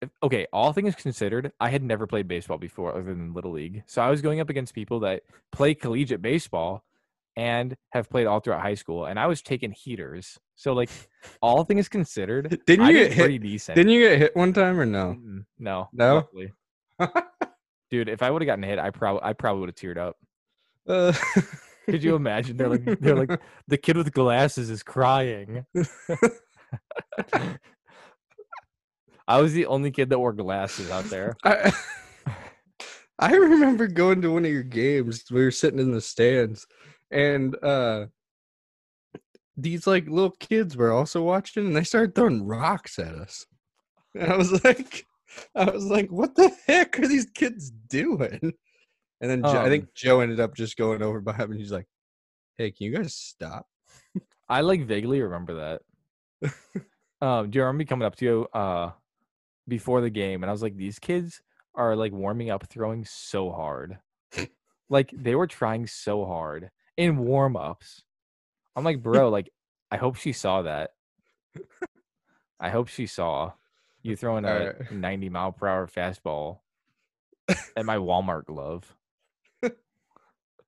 [SPEAKER 1] if- okay, all things considered, I had never played baseball before other than little league. So I was going up against people that play collegiate baseball and have played all throughout high school, and I was taking heaters. So like, all things considered,
[SPEAKER 2] didn't
[SPEAKER 1] I
[SPEAKER 2] you
[SPEAKER 1] did
[SPEAKER 2] get hit?
[SPEAKER 1] pretty decent.
[SPEAKER 2] Didn't you get hit one time or no?
[SPEAKER 1] Mm, No,
[SPEAKER 2] No?
[SPEAKER 1] luckily. dude, if I would have gotten hit, I probably I probably would have teared up.
[SPEAKER 2] Uh,
[SPEAKER 1] Could you imagine? They're like they're like the kid with glasses is crying. I was the only kid that wore glasses out there.
[SPEAKER 2] I, I remember going to one of your games. We were sitting in the stands, and uh, these like little kids were also watching, and they started throwing rocks at us. And I was like, I was like, what the heck are these kids doing? And then Jo- I
[SPEAKER 1] Um.
[SPEAKER 2] think Joe ended up just going over by him, and he's like, "Hey, can you guys stop?"
[SPEAKER 1] I like vaguely remember that. um, do you remember me coming up to you uh before the game and I was like, these kids are like warming up throwing so hard. like they were trying so hard in warm ups. I'm like, bro, like I hope she saw that. I hope she saw you throwing a
[SPEAKER 2] Alright.
[SPEAKER 1] 90 mile per hour fastball at my Walmart glove.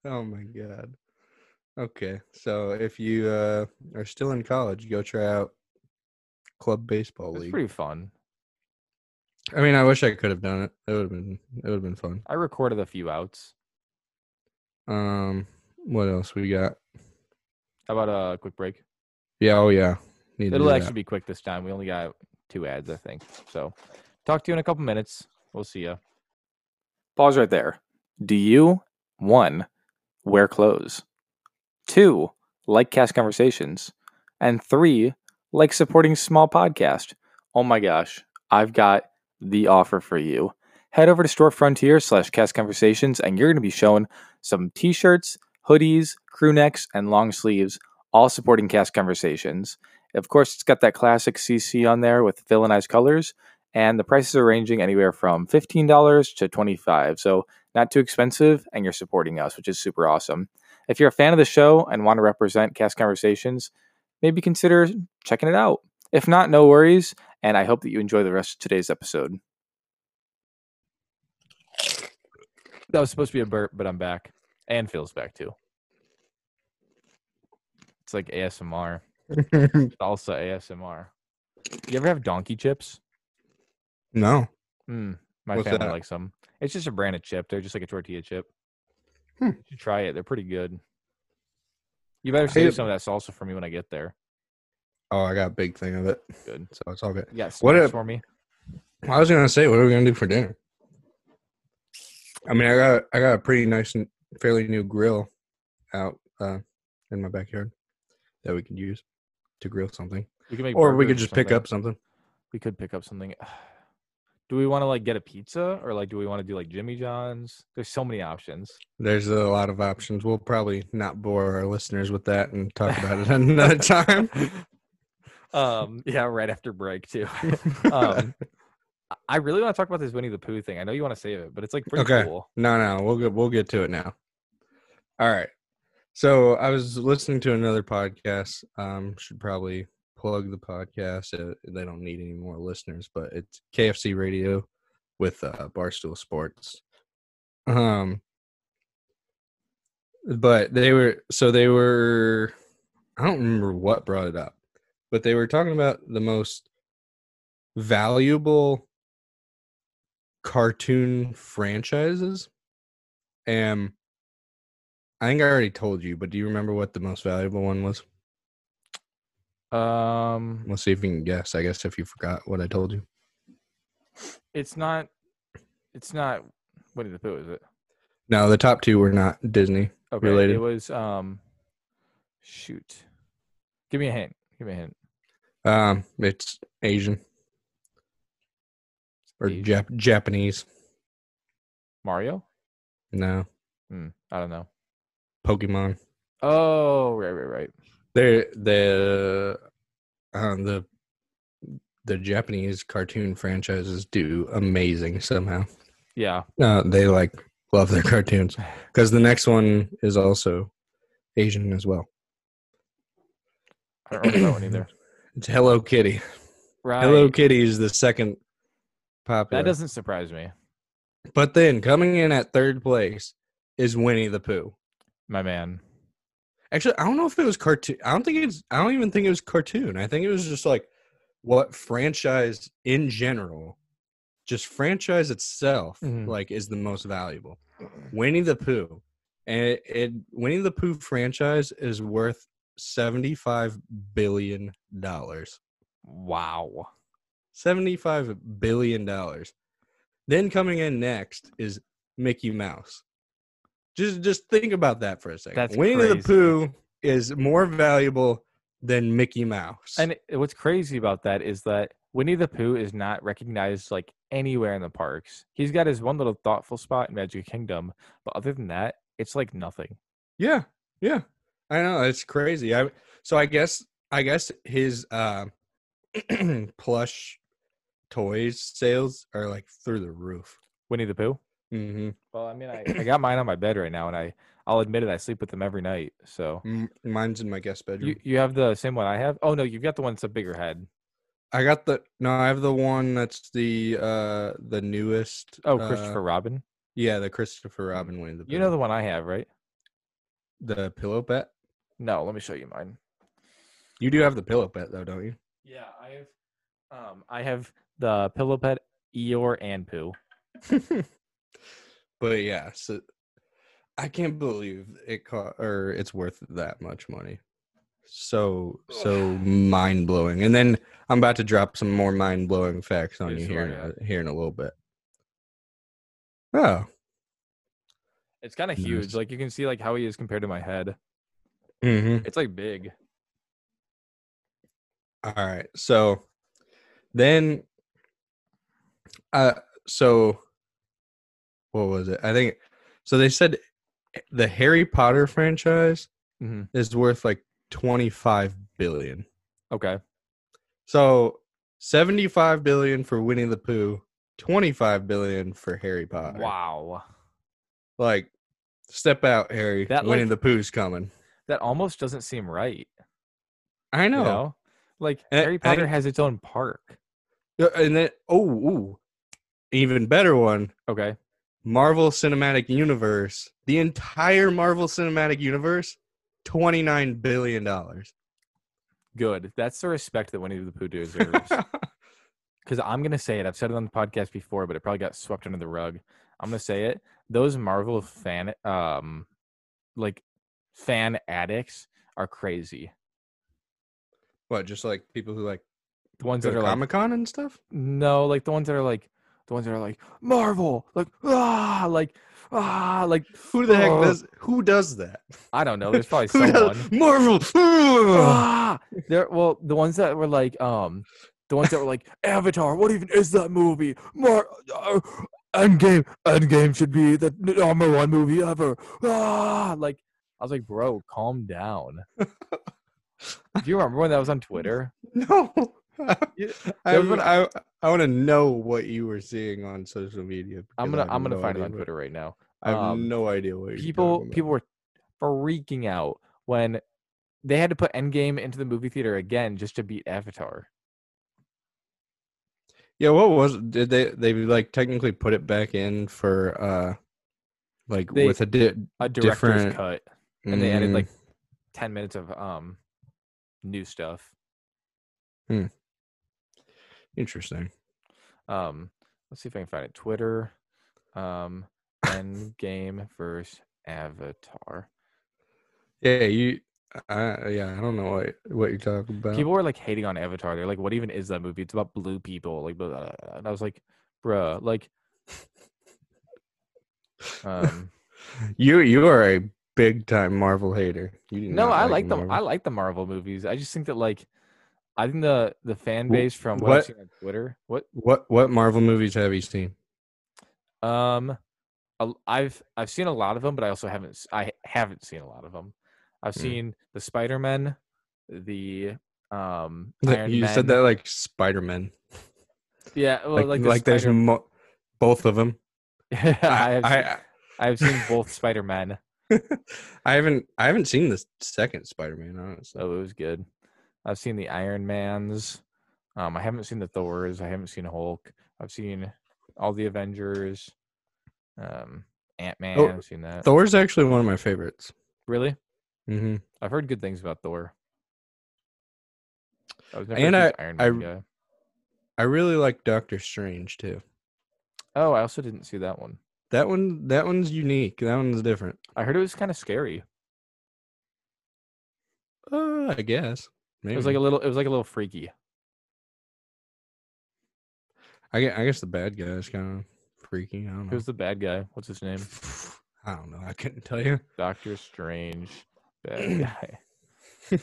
[SPEAKER 2] Oh my god. Okay, so if you uh, are still in college, go try out club baseball
[SPEAKER 1] It's
[SPEAKER 2] league.
[SPEAKER 1] pretty fun.
[SPEAKER 2] I mean, I wish I could have done it. It would have been it would have been fun.
[SPEAKER 1] I recorded a few outs.
[SPEAKER 2] Um, what else we got?
[SPEAKER 1] How about a quick break?
[SPEAKER 2] Yeah, oh yeah. Need to
[SPEAKER 1] It'll
[SPEAKER 2] do
[SPEAKER 1] actually
[SPEAKER 2] that.
[SPEAKER 1] be quick this time. We only got two ads, I think. So, talk to you in a couple minutes. We'll see ya.
[SPEAKER 3] Pause right there. Do you, one, wear clothes? Two, like cast conversations? And three, like supporting small podcast? Oh my gosh, I've got the offer for you. Head over to Store Frontier slash cast conversations and you're going to be shown some t shirts, hoodies, crew necks, and long sleeves, all supporting cast conversations. Of course, it's got that classic CC on there with Phil and I's colors and the prices are ranging anywhere from $15 to $25. So not too expensive, and you're supporting us, which is super awesome. If you're a fan of the show and want to represent Cast Conversations, maybe consider checking it out. If not, no worries, and I hope that you enjoy the rest of today's episode.
[SPEAKER 1] That was supposed to be a burp, but I'm back. And Phil's back too. It's like ASMR, salsa ASMR. You ever have donkey chips? Hmm,
[SPEAKER 2] no.
[SPEAKER 1] Mm, my
[SPEAKER 2] What's
[SPEAKER 1] family
[SPEAKER 2] that?
[SPEAKER 1] likes them. It's just a brand of chip. They're just like a tortilla chip.
[SPEAKER 2] Hmm.
[SPEAKER 1] You should try it. They're pretty good. You better
[SPEAKER 2] Hey-
[SPEAKER 1] save some of that salsa for me when I get there.
[SPEAKER 2] Oh, I got a big thing of it,
[SPEAKER 1] Good.
[SPEAKER 2] so it's all good.
[SPEAKER 1] You got
[SPEAKER 2] What
[SPEAKER 1] snacks
[SPEAKER 2] if-
[SPEAKER 1] for me?
[SPEAKER 2] I was gonna say, what are we gonna do for dinner? I mean, I got I got a pretty nice and fairly new grill out uh, in my backyard that we could use to grill something,
[SPEAKER 1] We can make
[SPEAKER 2] or we
[SPEAKER 1] burgers
[SPEAKER 2] could just pick
[SPEAKER 1] something.
[SPEAKER 2] up something.
[SPEAKER 1] We could pick up something. Do we want to like get a pizza or like do we want to do like Jimmy John's? There's so many options.
[SPEAKER 2] There's a lot of options. We'll probably not bore our listeners with that and talk about it another time.
[SPEAKER 1] um yeah right after break too um I- i really want to talk about this winnie the pooh thing i know you want to save it but it's like pretty
[SPEAKER 2] Okay.
[SPEAKER 1] cool
[SPEAKER 2] No, no, we'll get we'll get to it now. All right. So I was listening to another podcast. Um, should probably plug the podcast. Uh, they don't need any more listeners, but it's KFC Radio with uh, Barstool Sports. Um, but they were so they were. I don't remember what brought it up, but they were talking about the most valuable cartoon franchises. And I think I already told you, but do you remember what the most valuable one was?
[SPEAKER 1] um
[SPEAKER 2] Let's see if you can guess. I guess if you forgot what I told you.
[SPEAKER 1] it's not it's not winnie the pooh is it
[SPEAKER 2] No, the top two were not Disney.
[SPEAKER 1] okay
[SPEAKER 2] Related.
[SPEAKER 1] it was um shoot give me a hint give me a hint
[SPEAKER 2] Um, it's Asian or
[SPEAKER 1] Asian.
[SPEAKER 2] Jap- Japanese.
[SPEAKER 1] mario
[SPEAKER 2] No,
[SPEAKER 1] Hmm, i don't know
[SPEAKER 2] Pokemon.
[SPEAKER 1] oh right right right
[SPEAKER 2] They're the um, the the Japanese cartoon franchises do amazing somehow.
[SPEAKER 1] yeah
[SPEAKER 2] No, they like love their cartoons because the next one is also Asian as well.
[SPEAKER 1] i don't remember that one either
[SPEAKER 2] It's Hello Kitty.
[SPEAKER 1] right
[SPEAKER 2] Hello Kitty is the second popular.
[SPEAKER 1] that doesn't surprise me
[SPEAKER 2] but then coming in at third place is Winnie the Pooh.
[SPEAKER 1] my man
[SPEAKER 2] Actually, I don't know if it was cartoon. I don't think it's. I don't even think it was cartoon. I think it was just like what franchise in general, just franchise itself,
[SPEAKER 1] Mhm.
[SPEAKER 2] like is the most valuable. Winnie the Pooh, and it, it Winnie the Pooh franchise is worth seventy five billion dollars.
[SPEAKER 1] wow
[SPEAKER 2] Seventy five billion dollars. Then coming in next is Mickey Mouse. Just just think about that for a second.
[SPEAKER 1] That's
[SPEAKER 2] Winnie the
[SPEAKER 1] crazy.
[SPEAKER 2] Pooh is more valuable than Mickey Mouse.
[SPEAKER 1] And it- what's crazy about that is that Winnie the Pooh is not recognized like anywhere in the parks. He's got his one little thoughtful spot in Magic Kingdom, but other than that, it's like nothing.
[SPEAKER 2] Yeah, yeah, I know it's crazy. I so I guess I guess his uh, plush toys sales are like through the roof.
[SPEAKER 1] Winnie the Pooh.
[SPEAKER 2] Mm-hmm.
[SPEAKER 1] Well, I mean, I, I got mine on my bed right now, and I I'll admit it, I sleep with them every night. So
[SPEAKER 2] mine's in my guest bedroom.
[SPEAKER 1] you you have the same one I have. Oh no, you've got the one that's a bigger head.
[SPEAKER 2] I got the no. I have the one that's the uh the newest.
[SPEAKER 1] Oh,
[SPEAKER 2] uh,
[SPEAKER 1] Christopher Robin.
[SPEAKER 2] yeah, the Christopher Robin Winnie the
[SPEAKER 1] You know
[SPEAKER 2] Pooh.
[SPEAKER 1] the one I have, right?
[SPEAKER 2] the pillow pet.
[SPEAKER 1] No, let me show you mine.
[SPEAKER 2] You do have the pillow pet though, don't you?
[SPEAKER 1] Yeah, I have. Um, I have the pillow pet Eeyore and Pooh.
[SPEAKER 2] but yeah, so I can't believe it cost or it's worth that much money. So so mind blowing. And then I'm about to drop some more mind blowing facts on
[SPEAKER 1] Yes,
[SPEAKER 2] you
[SPEAKER 1] you
[SPEAKER 2] here
[SPEAKER 1] are,
[SPEAKER 2] in
[SPEAKER 1] yeah.
[SPEAKER 2] a, here in a little bit. Oh,
[SPEAKER 1] It's kind of huge.
[SPEAKER 2] Nice.
[SPEAKER 1] Like you can see like how he is compared to my head.
[SPEAKER 2] mm-hmm.
[SPEAKER 1] It's like big.
[SPEAKER 2] All right. So then uh so what was it? I think so they said the Harry Potter franchise
[SPEAKER 1] hmm
[SPEAKER 2] is worth like 25 billion.
[SPEAKER 1] Okay.
[SPEAKER 2] So 75 billion for Winnie the Pooh, 25 billion for Harry Potter.
[SPEAKER 1] Wow.
[SPEAKER 2] Like step out Harry.
[SPEAKER 1] That,
[SPEAKER 2] Winnie
[SPEAKER 1] like-
[SPEAKER 2] the Pooh's coming.
[SPEAKER 1] That almost doesn't seem right.
[SPEAKER 2] I
[SPEAKER 1] No.
[SPEAKER 2] know.
[SPEAKER 1] You know? Like
[SPEAKER 2] And I- I
[SPEAKER 1] Harry
[SPEAKER 2] think-
[SPEAKER 1] Potter has its own park.
[SPEAKER 2] Yeah, And then oh, ooh, even better one.
[SPEAKER 1] Okay.
[SPEAKER 2] Marvel Cinematic Universe, the entire Marvel Cinematic Universe, twenty nine billion dollars.
[SPEAKER 1] Good. That's the respect that Winnie the Pooh deserves. Because I'm gonna say it. I've said it on the podcast before, but it probably got swept under the rug. I'm gonna say it. Those Marvel fan um like fan addicts are crazy.
[SPEAKER 2] What, just like people who like
[SPEAKER 1] The ones
[SPEAKER 2] go
[SPEAKER 1] that
[SPEAKER 2] to
[SPEAKER 1] are like
[SPEAKER 2] Comic Con and stuff?
[SPEAKER 1] No, like the ones that are like the ones that are like Marvel, like ah, like ah, like
[SPEAKER 2] Who the heck
[SPEAKER 1] Oh.
[SPEAKER 2] does who does that?
[SPEAKER 1] I don't know. There's probably
[SPEAKER 2] Who
[SPEAKER 1] someone.
[SPEAKER 2] does Marvel?
[SPEAKER 1] ah, there. Well, the ones that were like um, the ones that were like Avatar. What even is that movie? Mar, uh, Endgame. Endgame should be the number one movie ever. Ah, like I was like, bro, calm down. Do you remember when that was on Twitter?
[SPEAKER 2] No.
[SPEAKER 1] You-
[SPEAKER 2] I,
[SPEAKER 1] There's
[SPEAKER 2] would,
[SPEAKER 1] a-
[SPEAKER 2] I I want to know what you were seeing on social media.
[SPEAKER 1] I'm gonna
[SPEAKER 2] because I have
[SPEAKER 1] I'm gonna
[SPEAKER 2] no
[SPEAKER 1] find it
[SPEAKER 2] idea
[SPEAKER 1] on
[SPEAKER 2] what-
[SPEAKER 1] Twitter right now.
[SPEAKER 2] I have
[SPEAKER 1] Um,
[SPEAKER 2] no idea what you're
[SPEAKER 1] people
[SPEAKER 2] talking
[SPEAKER 1] people were freaking out when they had to put Endgame into the movie theater again just to beat Avatar.
[SPEAKER 2] about. Yeah, what was did they they like technically put it back in for uh like
[SPEAKER 1] They-
[SPEAKER 2] with a di-
[SPEAKER 1] A director's
[SPEAKER 2] Different-
[SPEAKER 1] cut, and they added
[SPEAKER 2] Mm,
[SPEAKER 1] like ten minutes of um new stuff.
[SPEAKER 2] Mm-hmm. interesting.
[SPEAKER 1] Um, let's see if I can find it. Twitter, um, Endgame versus Avatar.
[SPEAKER 2] Yeah, you I yeah, I don't know what what you're talking about.
[SPEAKER 1] People were like hating on Avatar. They're like, "What even is that movie? It's about blue people." Like, blah, blah, blah, blah. and I was like, "Bruh, like." Um,
[SPEAKER 2] You you are a big time Marvel hater. You do
[SPEAKER 1] No,
[SPEAKER 2] not
[SPEAKER 1] I like them.
[SPEAKER 2] Marvel.
[SPEAKER 1] I like the Marvel movies. I just think that like, I think the the fan
[SPEAKER 2] Wh-
[SPEAKER 1] base from what, I've
[SPEAKER 2] what-
[SPEAKER 1] seen on Twitter. What?
[SPEAKER 2] what what Marvel movies have you seen?
[SPEAKER 1] Um, a- I've I've seen a lot of them, but I also haven't. s- I haven't seen a lot of them. I've
[SPEAKER 2] Mm.
[SPEAKER 1] seen the Spider Man, the um Iron
[SPEAKER 2] You said
[SPEAKER 1] Man.
[SPEAKER 2] that like Spider Man.
[SPEAKER 1] Yeah, well,
[SPEAKER 2] Like
[SPEAKER 1] like
[SPEAKER 2] like,
[SPEAKER 1] the
[SPEAKER 2] there's
[SPEAKER 1] Spider-
[SPEAKER 2] mo- both of them.
[SPEAKER 1] Yeah, I have.
[SPEAKER 2] I,
[SPEAKER 1] seen, I have seen both Spider Men.
[SPEAKER 2] I- I haven't I haven't seen the second Spider Man honestly.
[SPEAKER 1] So it was good. I've seen the Iron Mans. Um, I haven't seen the Thors. I haven't seen Hulk. I've seen all the Avengers. Um, Ant Man.
[SPEAKER 2] Oh,
[SPEAKER 1] I've seen that.
[SPEAKER 2] Thor's actually one of my favorites.
[SPEAKER 1] really?
[SPEAKER 2] hmm
[SPEAKER 1] I've heard good things about Thor. I was never
[SPEAKER 2] And
[SPEAKER 1] a
[SPEAKER 2] I-
[SPEAKER 1] huge Iron
[SPEAKER 2] I-
[SPEAKER 1] Man guy.
[SPEAKER 2] I really like Doctor Strange too.
[SPEAKER 1] Oh, I also didn't see that one.
[SPEAKER 2] That one that one's unique. That one's different.
[SPEAKER 1] I heard it was kind of scary.
[SPEAKER 2] Uh, I guess. Maybe.
[SPEAKER 1] It was like a little. It was like a little freaky.
[SPEAKER 2] I guess, I guess the bad guy is kind of freaky. I don't know.
[SPEAKER 1] Who's the bad guy? What's his name?
[SPEAKER 2] I don't know. I couldn't tell you.
[SPEAKER 1] Doctor Strange. Bad guy.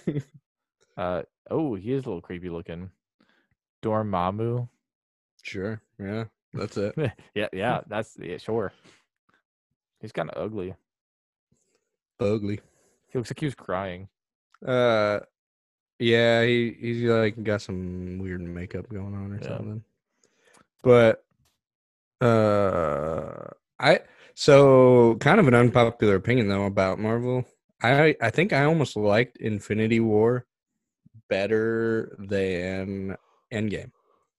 [SPEAKER 1] Uh oh, he is a little creepy looking. Dormammu.
[SPEAKER 2] sure. Yeah. That's it.
[SPEAKER 1] yeah, yeah, that's yeah, sure. He's kind of ugly.
[SPEAKER 2] Ugly.
[SPEAKER 1] He looks like he was crying.
[SPEAKER 2] Uh, yeah. He he's like got some weird makeup going on or
[SPEAKER 1] Yeah.
[SPEAKER 2] something. But, uh, I so kind of an unpopular opinion though about Marvel. I I think I almost liked Infinity War better than Endgame.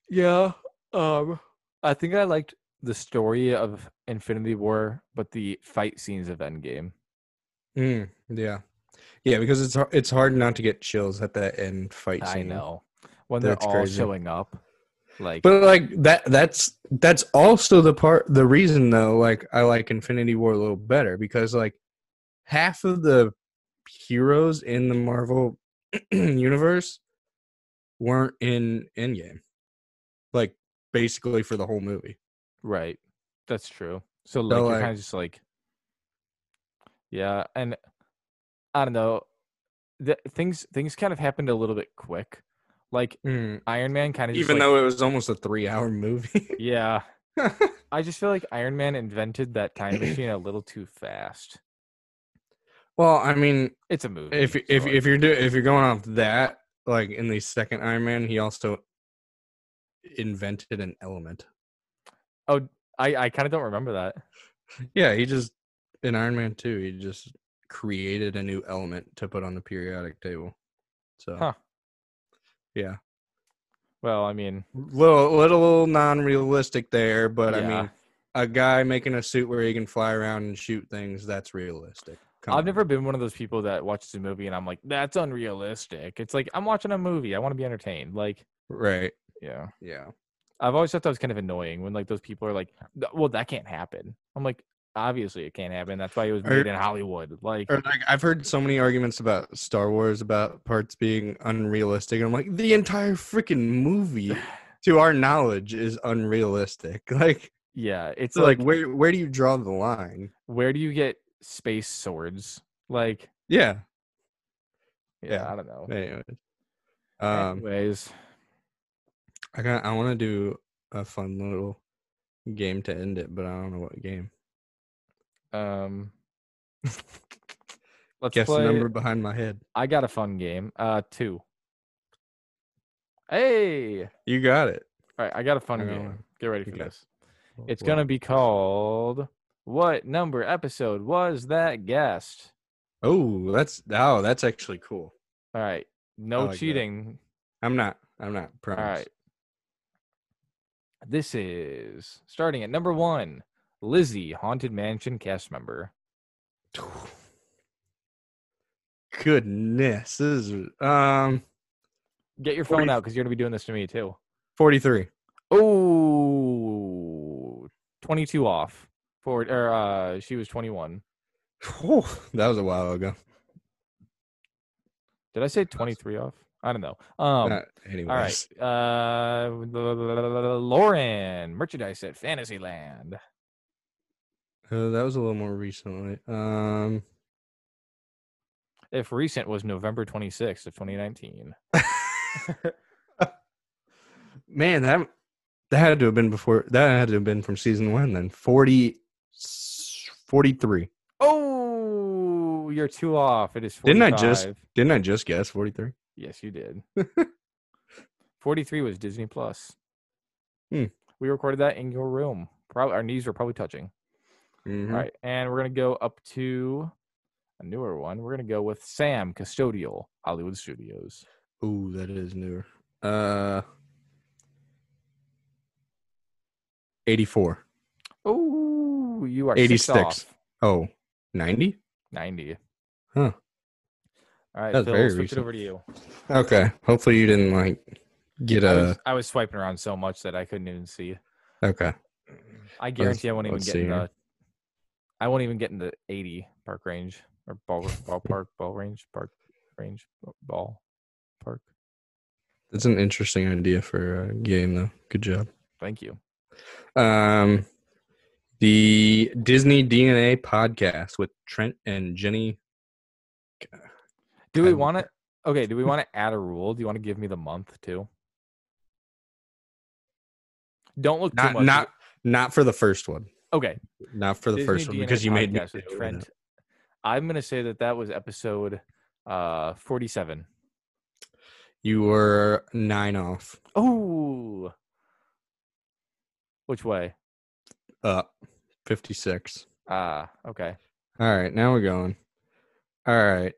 [SPEAKER 1] Yeah. Um I think I liked the story of Infinity War, but the fight scenes of Endgame.
[SPEAKER 2] Mm, yeah, yeah, because it's har- it's hard not to get chills at that end fight
[SPEAKER 1] I
[SPEAKER 2] scene.
[SPEAKER 1] know. When they're
[SPEAKER 2] That's
[SPEAKER 1] all
[SPEAKER 2] crazy.
[SPEAKER 1] showing up. Like
[SPEAKER 2] But like that that's that's also the part the reason though like I like Infinity War a little better because like half of the heroes in the Marvel universe weren't in Endgame. Like basically for the whole movie.
[SPEAKER 1] Right. That's true. So like you're
[SPEAKER 2] like-
[SPEAKER 1] kind of just like Yeah, and I don't know. The, things things kind of happened a little bit quick. Like Iron Man kind of
[SPEAKER 2] Even though it was almost a 3-hour movie.
[SPEAKER 1] Yeah. I just feel like Iron Man invented that time machine a little too fast.
[SPEAKER 2] well, I mean,
[SPEAKER 1] It's a movie.
[SPEAKER 2] if if if you're do if you're going off that like in the second Iron Man, he also invented an element.
[SPEAKER 1] I I kind of don't remember that.
[SPEAKER 2] Yeah, he just in Iron Man two, he just created a new element to put on the periodic table. So
[SPEAKER 1] Huh.
[SPEAKER 2] yeah,
[SPEAKER 1] Well, I mean,
[SPEAKER 2] little little non realistic there, but I
[SPEAKER 1] yeah.
[SPEAKER 2] mean, a guy making a suit where he can fly around and shoot things that's realistic. Come
[SPEAKER 1] I've
[SPEAKER 2] on.
[SPEAKER 1] never been one of those people that watches a movie and I'm like, that's unrealistic. It's like I'm watching a movie. I want to be entertained. Like,
[SPEAKER 2] right.
[SPEAKER 1] yeah.
[SPEAKER 2] Yeah.
[SPEAKER 1] I've always thought that was kind of annoying when like those people are like, "Th- well, that can't happen. I'm like, obviously it can't happen. That's why it was
[SPEAKER 2] Or-
[SPEAKER 1] made in Hollywood. Like,
[SPEAKER 2] Or like I've heard so many arguments about Star Wars about parts being unrealistic. I'm like, the entire freaking movie, to our knowledge, is unrealistic. Like,
[SPEAKER 1] yeah, it's
[SPEAKER 2] so
[SPEAKER 1] like,
[SPEAKER 2] like, where where do you draw the line?
[SPEAKER 1] where do you get space swords? Like,
[SPEAKER 2] Yeah.
[SPEAKER 1] yeah,
[SPEAKER 2] Yeah.
[SPEAKER 1] I don't know.
[SPEAKER 2] Anyway, um,
[SPEAKER 1] Anyways,
[SPEAKER 2] I got I want to do a fun little game to end it, but I don't know what game.
[SPEAKER 1] um, let's
[SPEAKER 2] Guess
[SPEAKER 1] play.
[SPEAKER 2] the number behind my head.
[SPEAKER 1] I got a fun game. Uh, two. Hey, all
[SPEAKER 2] You got it.
[SPEAKER 1] right, I got a fun
[SPEAKER 2] I got
[SPEAKER 1] game.
[SPEAKER 2] one.
[SPEAKER 1] Get ready for
[SPEAKER 2] Okay.
[SPEAKER 1] this. It's gonna be called "What Number Episode Was That Guest?"
[SPEAKER 2] Oh, that's oh, that's actually cool.
[SPEAKER 1] All right, no
[SPEAKER 2] like that.
[SPEAKER 1] cheating.
[SPEAKER 2] I'm not. I'm not. Promise.
[SPEAKER 1] All right, this is starting at number one. Lizzie, Haunted Mansion cast member.
[SPEAKER 2] Goodness, this is um
[SPEAKER 1] Get your
[SPEAKER 2] Forty-
[SPEAKER 1] phone out because you're gonna be doing this to me too.
[SPEAKER 2] forty-three.
[SPEAKER 1] Oh, 22 off for or uh, she was 21.
[SPEAKER 2] Whew, that was a while ago.
[SPEAKER 1] Did I say 23 off? I don't know. Um,
[SPEAKER 2] Not- anyways,
[SPEAKER 1] All right. Uh, Lauren, merchandise at Fantasyland.
[SPEAKER 2] Uh, that was a little more recently. Um,
[SPEAKER 1] If recent was November 26th of 2019.
[SPEAKER 2] man, that that had to have been before. That had to have been from season one. Then 40, 43.
[SPEAKER 1] Oh, you're two off. It is 45.
[SPEAKER 2] Didn't I just- Didn't I just guess forty-three?
[SPEAKER 1] Yes, you did. 43 was Disney Plus.
[SPEAKER 2] Hmm.
[SPEAKER 1] We recorded that in your room. Probably our knees were probably touching.
[SPEAKER 2] Mm-hmm.
[SPEAKER 1] All right, and we're gonna go up to a newer one. We're gonna go with Sam Custodial, Hollywood Studios.
[SPEAKER 2] Ooh, that is newer. Uh, eighty-four.
[SPEAKER 1] Oh, you are
[SPEAKER 2] 86.
[SPEAKER 1] six off.
[SPEAKER 2] Oh, 90?
[SPEAKER 1] 90.
[SPEAKER 2] Huh.
[SPEAKER 1] All right,
[SPEAKER 2] That's
[SPEAKER 1] Phil,
[SPEAKER 2] very
[SPEAKER 1] switch
[SPEAKER 2] recent.
[SPEAKER 1] it over to you.
[SPEAKER 2] Okay. Hopefully you didn't like get
[SPEAKER 1] I,
[SPEAKER 2] a.
[SPEAKER 1] was, I was swiping around so much that I couldn't even see.
[SPEAKER 2] Okay.
[SPEAKER 1] I guarantee I won't even
[SPEAKER 2] let's
[SPEAKER 1] get in
[SPEAKER 2] see here.
[SPEAKER 1] the. I won't even get in the 80 park range or ball ballpark ball range park range ball park.
[SPEAKER 2] That's an interesting idea for a game, though. Good job.
[SPEAKER 1] Thank you.
[SPEAKER 2] Um, the Disney DNA podcast with Trent and Jenny.
[SPEAKER 1] Do we
[SPEAKER 2] Kinda.
[SPEAKER 1] want to? Okay, do we want to add a rule? Do you want to give me the month too? Don't look too
[SPEAKER 2] Not
[SPEAKER 1] much.
[SPEAKER 2] not not for the first one.
[SPEAKER 1] okay.
[SPEAKER 2] Not for the
[SPEAKER 1] Disney
[SPEAKER 2] first one
[SPEAKER 1] DNA
[SPEAKER 2] because you made me.
[SPEAKER 1] podcast with
[SPEAKER 2] do it.
[SPEAKER 1] Trent. I'm gonna say that that was episode uh 47.
[SPEAKER 2] You were nine off.
[SPEAKER 1] Oh, which way?
[SPEAKER 2] Up. Fifty-six.
[SPEAKER 1] Ah, okay.
[SPEAKER 2] All right, now we're going. All right.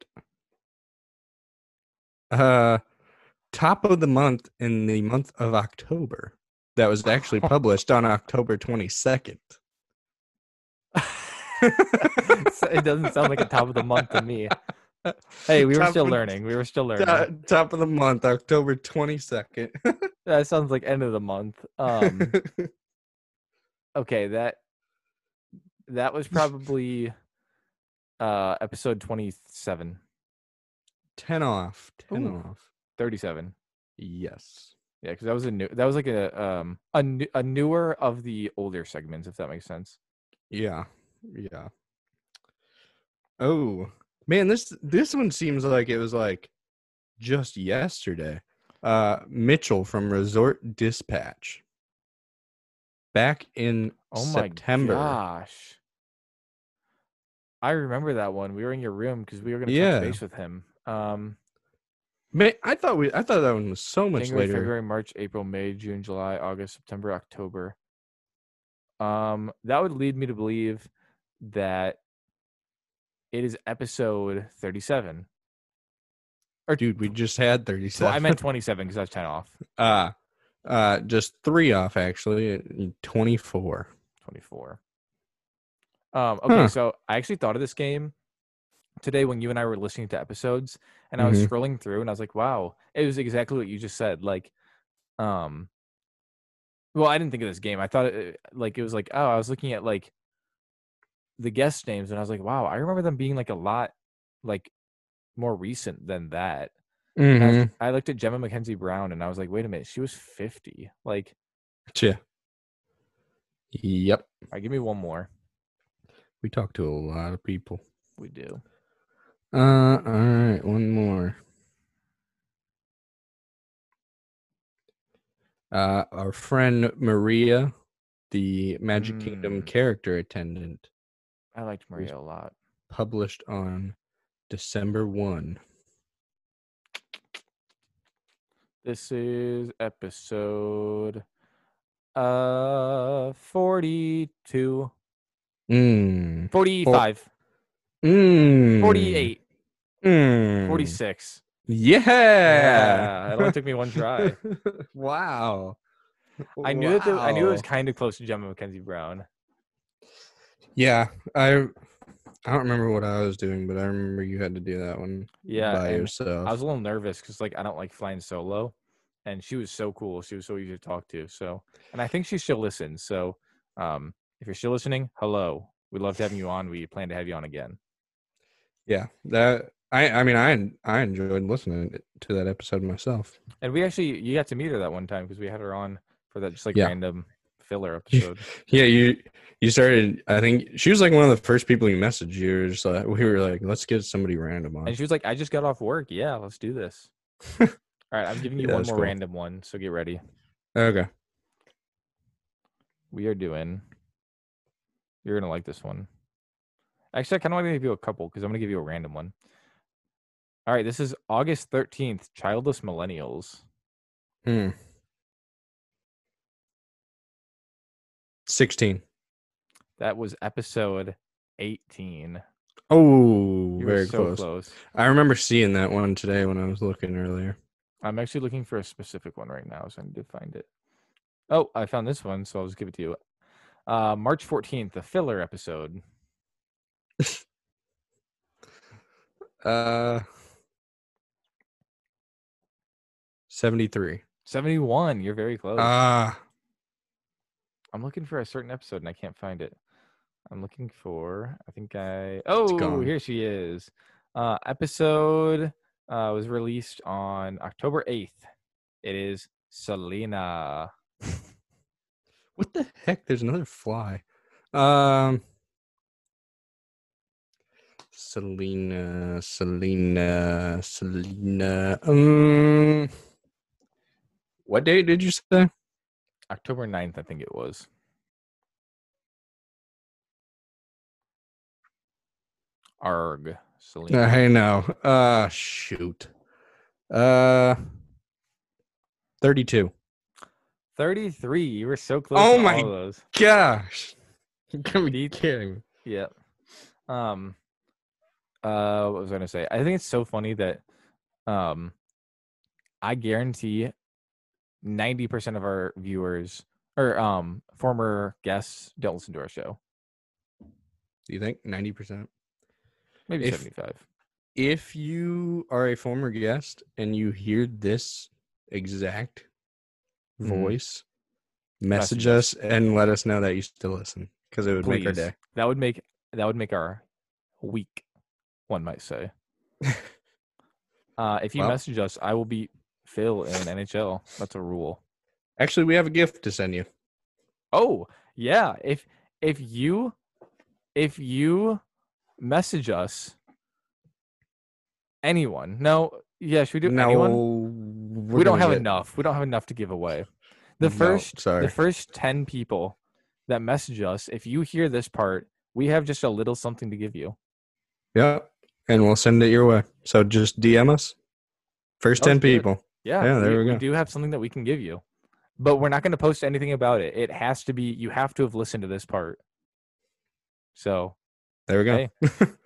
[SPEAKER 2] Uh top of the month in the month of October. That was actually published on October 22nd.
[SPEAKER 1] So it doesn't sound like a top of the month to me. Hey, we were
[SPEAKER 2] Top
[SPEAKER 1] still
[SPEAKER 2] of-
[SPEAKER 1] learning. We were still learning.
[SPEAKER 2] to- top of the month, October 22nd.
[SPEAKER 1] that sounds like end of the month. Um, okay, that that was probably uh episode 27,
[SPEAKER 2] 10 off. 10
[SPEAKER 1] Ooh.
[SPEAKER 2] off.
[SPEAKER 1] 37.
[SPEAKER 2] Yes.
[SPEAKER 1] Yeah, because that was a new that was like a um a, new, a newer of the older segments, if that makes sense.
[SPEAKER 2] Yeah. Yeah. Oh, man, this this one seems like it was like just yesterday. Uh Mitchell from Resort Dispatch. Back in
[SPEAKER 1] Oh my
[SPEAKER 2] September.
[SPEAKER 1] gosh. I remember that one. We were in your room because we were gonna
[SPEAKER 2] Yeah.
[SPEAKER 1] touch base with him. Um
[SPEAKER 2] Man, I thought we I thought that one was so much
[SPEAKER 1] January,
[SPEAKER 2] later.
[SPEAKER 1] February, March, April, May, June, July, August, September, October. Um, that would lead me to believe that it is episode thirty-seven.
[SPEAKER 2] Dude, we just had
[SPEAKER 1] So
[SPEAKER 2] 37.
[SPEAKER 1] I meant twenty-seven because I was ten off.
[SPEAKER 2] uh uh just 3 off actually, uh, 24.
[SPEAKER 1] Twenty-four. Um, okay,
[SPEAKER 2] Huh.
[SPEAKER 1] so I actually thought of this game today when you and I were listening to episodes, and I was
[SPEAKER 2] Mhm.
[SPEAKER 1] scrolling through, and I was like, "Wow, it was exactly what you just said." Like, um, Well, I didn't think of this game. I thought it, like it was like oh, I was looking at like the guest names, and I was like, wow, I remember them being like a lot like more recent than that. And
[SPEAKER 2] Mm-hmm.
[SPEAKER 1] I, was- I looked at Gemma Mackenzie Brown, and I was like, wait a minute, she was fifty. Like,
[SPEAKER 2] Yeah. Yep.
[SPEAKER 1] all right, give me one more.
[SPEAKER 2] We talk to a lot of people.
[SPEAKER 1] We do.
[SPEAKER 2] Uh, all right, one more. Uh, our friend Maria, the Magic Kingdom
[SPEAKER 1] Mm.
[SPEAKER 2] character attendant,
[SPEAKER 1] I liked Maria a lot.
[SPEAKER 2] published on December 1.
[SPEAKER 1] This is episode uh 42
[SPEAKER 2] Mm.
[SPEAKER 1] 45
[SPEAKER 2] Mm.
[SPEAKER 1] 48
[SPEAKER 2] Mm.
[SPEAKER 1] 46
[SPEAKER 2] Yeah.
[SPEAKER 1] yeah it only took me one try
[SPEAKER 2] wow.
[SPEAKER 1] i knew that the, i knew it was
[SPEAKER 2] Wow.
[SPEAKER 1] kind of close to gemma mackenzie brown
[SPEAKER 2] Yeah, I I don't remember what I was doing, but I remember you had to do that one
[SPEAKER 1] yeah
[SPEAKER 2] by
[SPEAKER 1] and
[SPEAKER 2] yourself.
[SPEAKER 1] i was a little nervous because like i don't like flying solo and she was so cool she was so easy to talk to so and i think she still listens so um if you're still listening hello we loved having you on we plan to have you on again
[SPEAKER 2] Yeah, that I I mean I I enjoyed listening to that episode myself.
[SPEAKER 1] And we actually, you got to meet her that one time because we had her on for that just like
[SPEAKER 2] Yeah.
[SPEAKER 1] random filler
[SPEAKER 2] Yeah.
[SPEAKER 1] episode.
[SPEAKER 2] Yeah, you you started. I think she was like one of the first people you messaged. You were just like, we were like, let's get somebody random on.
[SPEAKER 1] and she was like, I just got off work. Yeah, let's do this. All right, I'm giving you
[SPEAKER 2] Yeah,
[SPEAKER 1] one
[SPEAKER 2] that's
[SPEAKER 1] more
[SPEAKER 2] cool.
[SPEAKER 1] random one. So get ready.
[SPEAKER 2] okay,
[SPEAKER 1] We are doing, you're going to like this one. Actually, I kind of want to give you a couple because I'm going to give you a random one. All right, this is August 13th, Childless Millennials.
[SPEAKER 2] Hmm. sixteen.
[SPEAKER 1] That was episode 18.
[SPEAKER 2] Oh,
[SPEAKER 1] You were
[SPEAKER 2] very
[SPEAKER 1] so
[SPEAKER 2] close.
[SPEAKER 1] close.
[SPEAKER 2] I remember seeing that one today when I was looking earlier.
[SPEAKER 1] I'm actually looking for a specific one right now, so I need to find it. Oh, I found this one, so I'll just give it to you. Uh, March 14th, the filler episode.
[SPEAKER 2] Uh, seventy-three.
[SPEAKER 1] 71. You're very close.
[SPEAKER 2] Ah,
[SPEAKER 1] I'm looking for a certain episode and I can't find it. I'm looking for, I think I. Oh,
[SPEAKER 2] gone.
[SPEAKER 1] here she is. Uh, episode uh, was released on October 8th. It is Selena.
[SPEAKER 2] What the heck? There's another fly. Um, Selena, Selena, Selena. Um, what date did you say?
[SPEAKER 1] October 9th, I think it was. Arg. Selena.
[SPEAKER 2] Uh, hey, no. Uh, shoot. Uh, thirty-two.
[SPEAKER 1] 33. You were so close.
[SPEAKER 2] Oh
[SPEAKER 1] to
[SPEAKER 2] my-
[SPEAKER 1] All of those.
[SPEAKER 2] Gosh, you gotta
[SPEAKER 1] Deep.
[SPEAKER 2] kidding me.
[SPEAKER 1] Yep. Um. Uh, what was I gonna say? I think it's so funny that, um, I guarantee, ninety percent of our viewers or um former guests don't listen to our show.
[SPEAKER 2] Do you think ninety percent?
[SPEAKER 1] Maybe
[SPEAKER 2] If-
[SPEAKER 1] seventy-five.
[SPEAKER 2] If you are a former guest and you hear this exact
[SPEAKER 1] Mhm.
[SPEAKER 2] voice,
[SPEAKER 1] Message
[SPEAKER 2] message us and let us know that you still listen because it would make our
[SPEAKER 1] Please.
[SPEAKER 2] day.
[SPEAKER 1] That would make that would make our week, one might say. uh, if you
[SPEAKER 2] Well-
[SPEAKER 1] message us, I will beat Phil in NHL. That's a rule.
[SPEAKER 2] Actually, we have a gift to send you.
[SPEAKER 1] Oh yeah. If if you if you message us anyone. No, yeah, should we do anyone?
[SPEAKER 2] we're
[SPEAKER 1] We don't
[SPEAKER 2] gonna
[SPEAKER 1] have
[SPEAKER 2] get-
[SPEAKER 1] enough. We don't have enough to give away. The
[SPEAKER 2] No,
[SPEAKER 1] first
[SPEAKER 2] sorry.
[SPEAKER 1] the first ten people that message us, if you hear this part, we have just a little something to give you.
[SPEAKER 2] Yep. And we'll send it your way. So just DM us. First
[SPEAKER 1] Oh,
[SPEAKER 2] 10
[SPEAKER 1] do it.
[SPEAKER 2] people.
[SPEAKER 1] Yeah,
[SPEAKER 2] Yeah, there
[SPEAKER 1] we,
[SPEAKER 2] we
[SPEAKER 1] we
[SPEAKER 2] go.
[SPEAKER 1] do have something that we can give you, but we're not going to post anything about it. It has to be you have to have listened to this part. So
[SPEAKER 2] There we go.
[SPEAKER 1] Hey,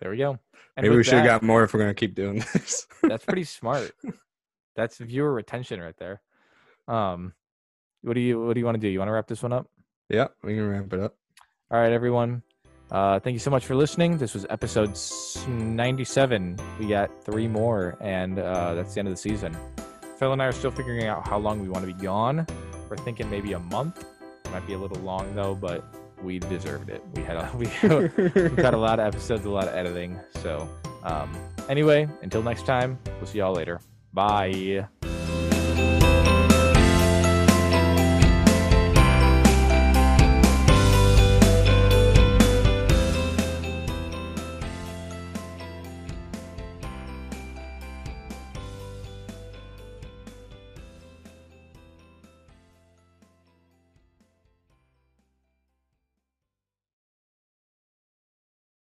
[SPEAKER 1] there we go. And
[SPEAKER 2] Maybe we
[SPEAKER 1] with
[SPEAKER 2] should have
[SPEAKER 1] that-
[SPEAKER 2] got more if we're going to keep doing this.
[SPEAKER 1] That's pretty smart. That's viewer retention right there. Um, what do you what do you want to do? You want to wrap this one up?
[SPEAKER 2] yep. We can wrap it up.
[SPEAKER 1] All right, everyone. Uh, thank you so much for listening. This was episode s- 97. We got three more, and uh, that's the end of the season. Phil and I are still figuring out how long we want to be gone. We're thinking maybe a month, Might be a little long though, but we deserved it. We had a, we had we've got a lot of episodes, a lot of editing. So, um, anyway, until next time, we'll see y'all later. Bye.